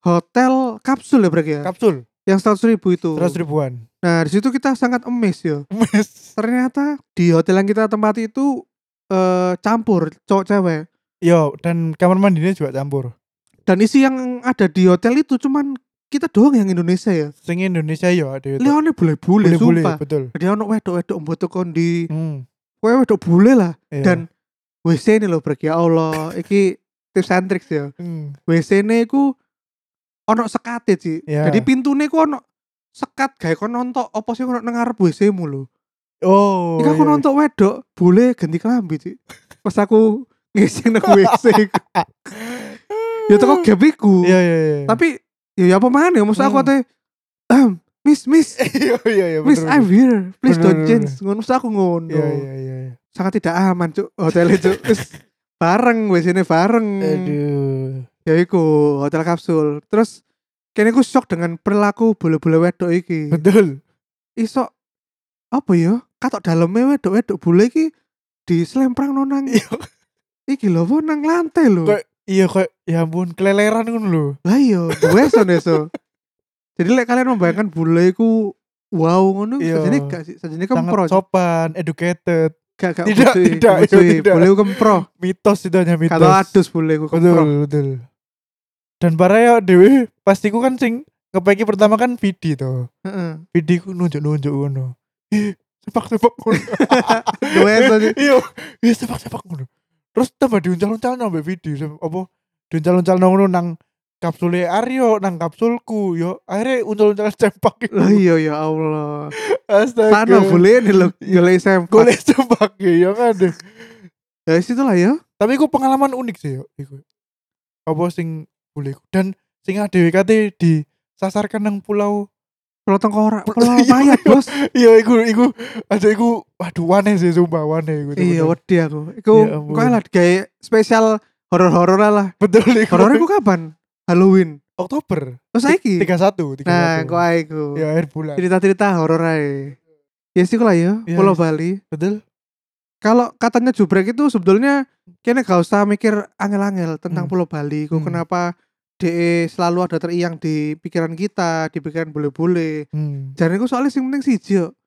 Speaker 1: hotel kapsul ya brek ya.
Speaker 2: Kapsul
Speaker 1: yang seratus ribu itu.
Speaker 2: 100 ribuan.
Speaker 1: Nah di situ kita sangat emes ya.
Speaker 2: Mes.
Speaker 1: Ternyata di hotel yang kita tempati itu eh, campur cowok cewek.
Speaker 2: Yo, dan kamar mandinya juga campur.
Speaker 1: dan isi yang ada di hotel itu cuman kita doang yang Indonesia ya
Speaker 2: Sing Indonesia yo ada itu.
Speaker 1: Leone bule-bule
Speaker 2: Bule-bule,
Speaker 1: sumpah
Speaker 2: betul.
Speaker 1: jadi ono wedok-wedok mboten kondi
Speaker 2: Hmm.
Speaker 1: kowe wedok bule lah
Speaker 2: iya.
Speaker 1: dan WC ini loh Brek ya Allah iki tips and tricks ya
Speaker 2: Hmm,
Speaker 1: WC ini ku ono sekate sih
Speaker 2: Iya.
Speaker 1: jadi pintune ku ono sekat gawe kon nonton opo sih ono nang ngarep WC mu lho
Speaker 2: Oh.
Speaker 1: iki aku
Speaker 2: iya.
Speaker 1: nonton wedok bule ganti kelambi sih pas aku <laughs> ngising nang WC
Speaker 2: <laughs>
Speaker 1: ku. ya teko gap iku
Speaker 2: Iya iya iya.
Speaker 1: tapi ya ya apa mana ya maksud aku
Speaker 2: Hmm.
Speaker 1: katanya "Ahem, miss
Speaker 2: <laughs>
Speaker 1: miss
Speaker 2: <laughs> Iya iya iya.
Speaker 1: miss
Speaker 2: bener,
Speaker 1: I'm here please
Speaker 2: Bener,
Speaker 1: don't
Speaker 2: bener,
Speaker 1: change ngono maksud aku ngono
Speaker 2: bener. Iya iya iya. iya.
Speaker 1: sangat tidak aman cuk hotel
Speaker 2: <laughs>
Speaker 1: itu terus bareng wes ini bareng
Speaker 2: Aduh.
Speaker 1: ya iku hotel kapsul terus kayaknya aku shock dengan perilaku bule-bule wedok iki
Speaker 2: Betul.
Speaker 1: iso apa ya katok dalamnya wedok wedok bule iki di selemprang nonang
Speaker 2: Iya.
Speaker 1: iki lho apa nang lantai lho
Speaker 2: Kayak- iya kok ya ampun keleleran ngono lho.
Speaker 1: Lah iya, weson eso. Jadi lek kalian membayangkan bule iku wow ngono
Speaker 2: Iya.
Speaker 1: sajane gak sih sajane kempro.
Speaker 2: Sangat sopan, educated.
Speaker 1: Gak gak
Speaker 2: Tidak,
Speaker 1: butuhi,
Speaker 2: tidak,
Speaker 1: gak butuhi.
Speaker 2: iya, tidak.
Speaker 1: e, Bule iku kempro.
Speaker 2: Mitos itu hanya mitos.
Speaker 1: Kata adus bule iku kempro.
Speaker 2: Betul, betul. Dan para ya dewe pastiku kan sing ngepeki pertama kan Vidi to.
Speaker 1: Heeh.
Speaker 2: Vidi ku nunjuk-nunjuk ngono. Ih, sepak-sepak ngono.
Speaker 1: Weson sih.
Speaker 2: Iya, iya sepak-sepak ngono. Terus tambah diuncal-uncal nambah Vidi sam- apa diuncal-uncal ngono nang kapsule Aryo nang kapsulku yo akhirnya uncal-uncal sempak
Speaker 1: Lah iya ya Allah.
Speaker 2: astaga
Speaker 1: Sana bule ini lho golek sampel.
Speaker 2: golek sempak yo kan deh.
Speaker 1: Ya situ lah ya.
Speaker 2: tapi iku pengalaman unik sih yo iku apa sing boleh dan sing ADWKT disasarkan nang pulau
Speaker 1: Pulau tengkorak,
Speaker 2: Pul-
Speaker 1: pulau
Speaker 2: iya,
Speaker 1: mayat,
Speaker 2: iya. <laughs>
Speaker 1: Bos.
Speaker 2: iya iku iku aja iku waduh aneh sih sumpah aneh iku
Speaker 1: Iya,
Speaker 2: temenan.
Speaker 1: wedi aku. Iku
Speaker 2: Ya ampun.
Speaker 1: kok lah kayak spesial horor-horor lah.
Speaker 2: betul iku
Speaker 1: Horor
Speaker 2: <laughs>
Speaker 1: iku kapan? Halloween.
Speaker 2: Oktober
Speaker 1: Terus saiki.
Speaker 2: 31 31
Speaker 1: Nah, kok ae iku.
Speaker 2: ya akhir bulan
Speaker 1: Cerita-cerita horor ae. Ya sih lah ya,
Speaker 2: Iya,
Speaker 1: Pulau
Speaker 2: iya.
Speaker 1: Bali.
Speaker 2: betul
Speaker 1: Kalau katanya jubrek itu sebetulnya kayaknya gak usah mikir angel-angel tentang
Speaker 2: Hmm.
Speaker 1: Pulau Bali. Kok
Speaker 2: Hmm.
Speaker 1: kenapa DE selalu ada teriang di pikiran kita, di pikiran bule-bule.
Speaker 2: hmm.
Speaker 1: Jadi aku soalnya sing penting siji yuk.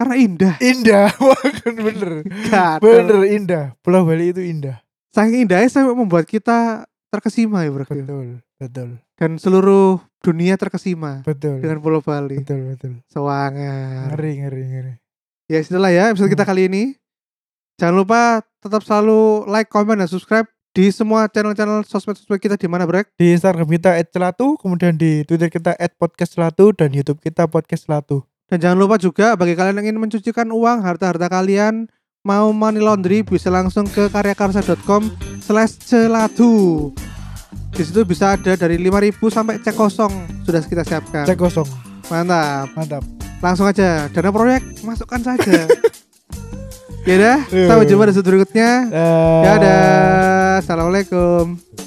Speaker 1: Karena
Speaker 2: <laughs>
Speaker 1: indah.
Speaker 2: indah Waduh, bener
Speaker 1: Gatel.
Speaker 2: bener indah pulau Bali itu indah
Speaker 1: Saking indahnya sampai membuat kita terkesima ya bro.
Speaker 2: betul betul
Speaker 1: Dan seluruh dunia terkesima
Speaker 2: betul
Speaker 1: dengan Pulau Bali.
Speaker 2: betul betul
Speaker 1: Sewangan.
Speaker 2: ngeri ngeri ngeri
Speaker 1: Ya itulah ya episode kita kali ini. Jangan lupa tetap selalu like, comment, dan subscribe di semua channel-channel sosmed-sosmed kita di mana brek.
Speaker 2: di Instagram kita @celatu, kemudian di Twitter kita @podcastcelatu dan YouTube kita podcastcelatu.
Speaker 1: Dan jangan lupa juga bagi kalian yang ingin mencucikan uang harta-harta kalian mau money laundry bisa langsung ke karyakarsa.com slash celadu. Di situ bisa ada dari 5000 sampai cek kosong sudah kita siapkan.
Speaker 2: Cek kosong.
Speaker 1: Mantap.
Speaker 2: Mantap.
Speaker 1: Langsung aja dana proyek masukkan saja. ya dah,
Speaker 2: Iya. Ya.
Speaker 1: sampai jumpa di episode berikutnya.
Speaker 2: Dadah.
Speaker 1: Dadah. Assalamualaikum.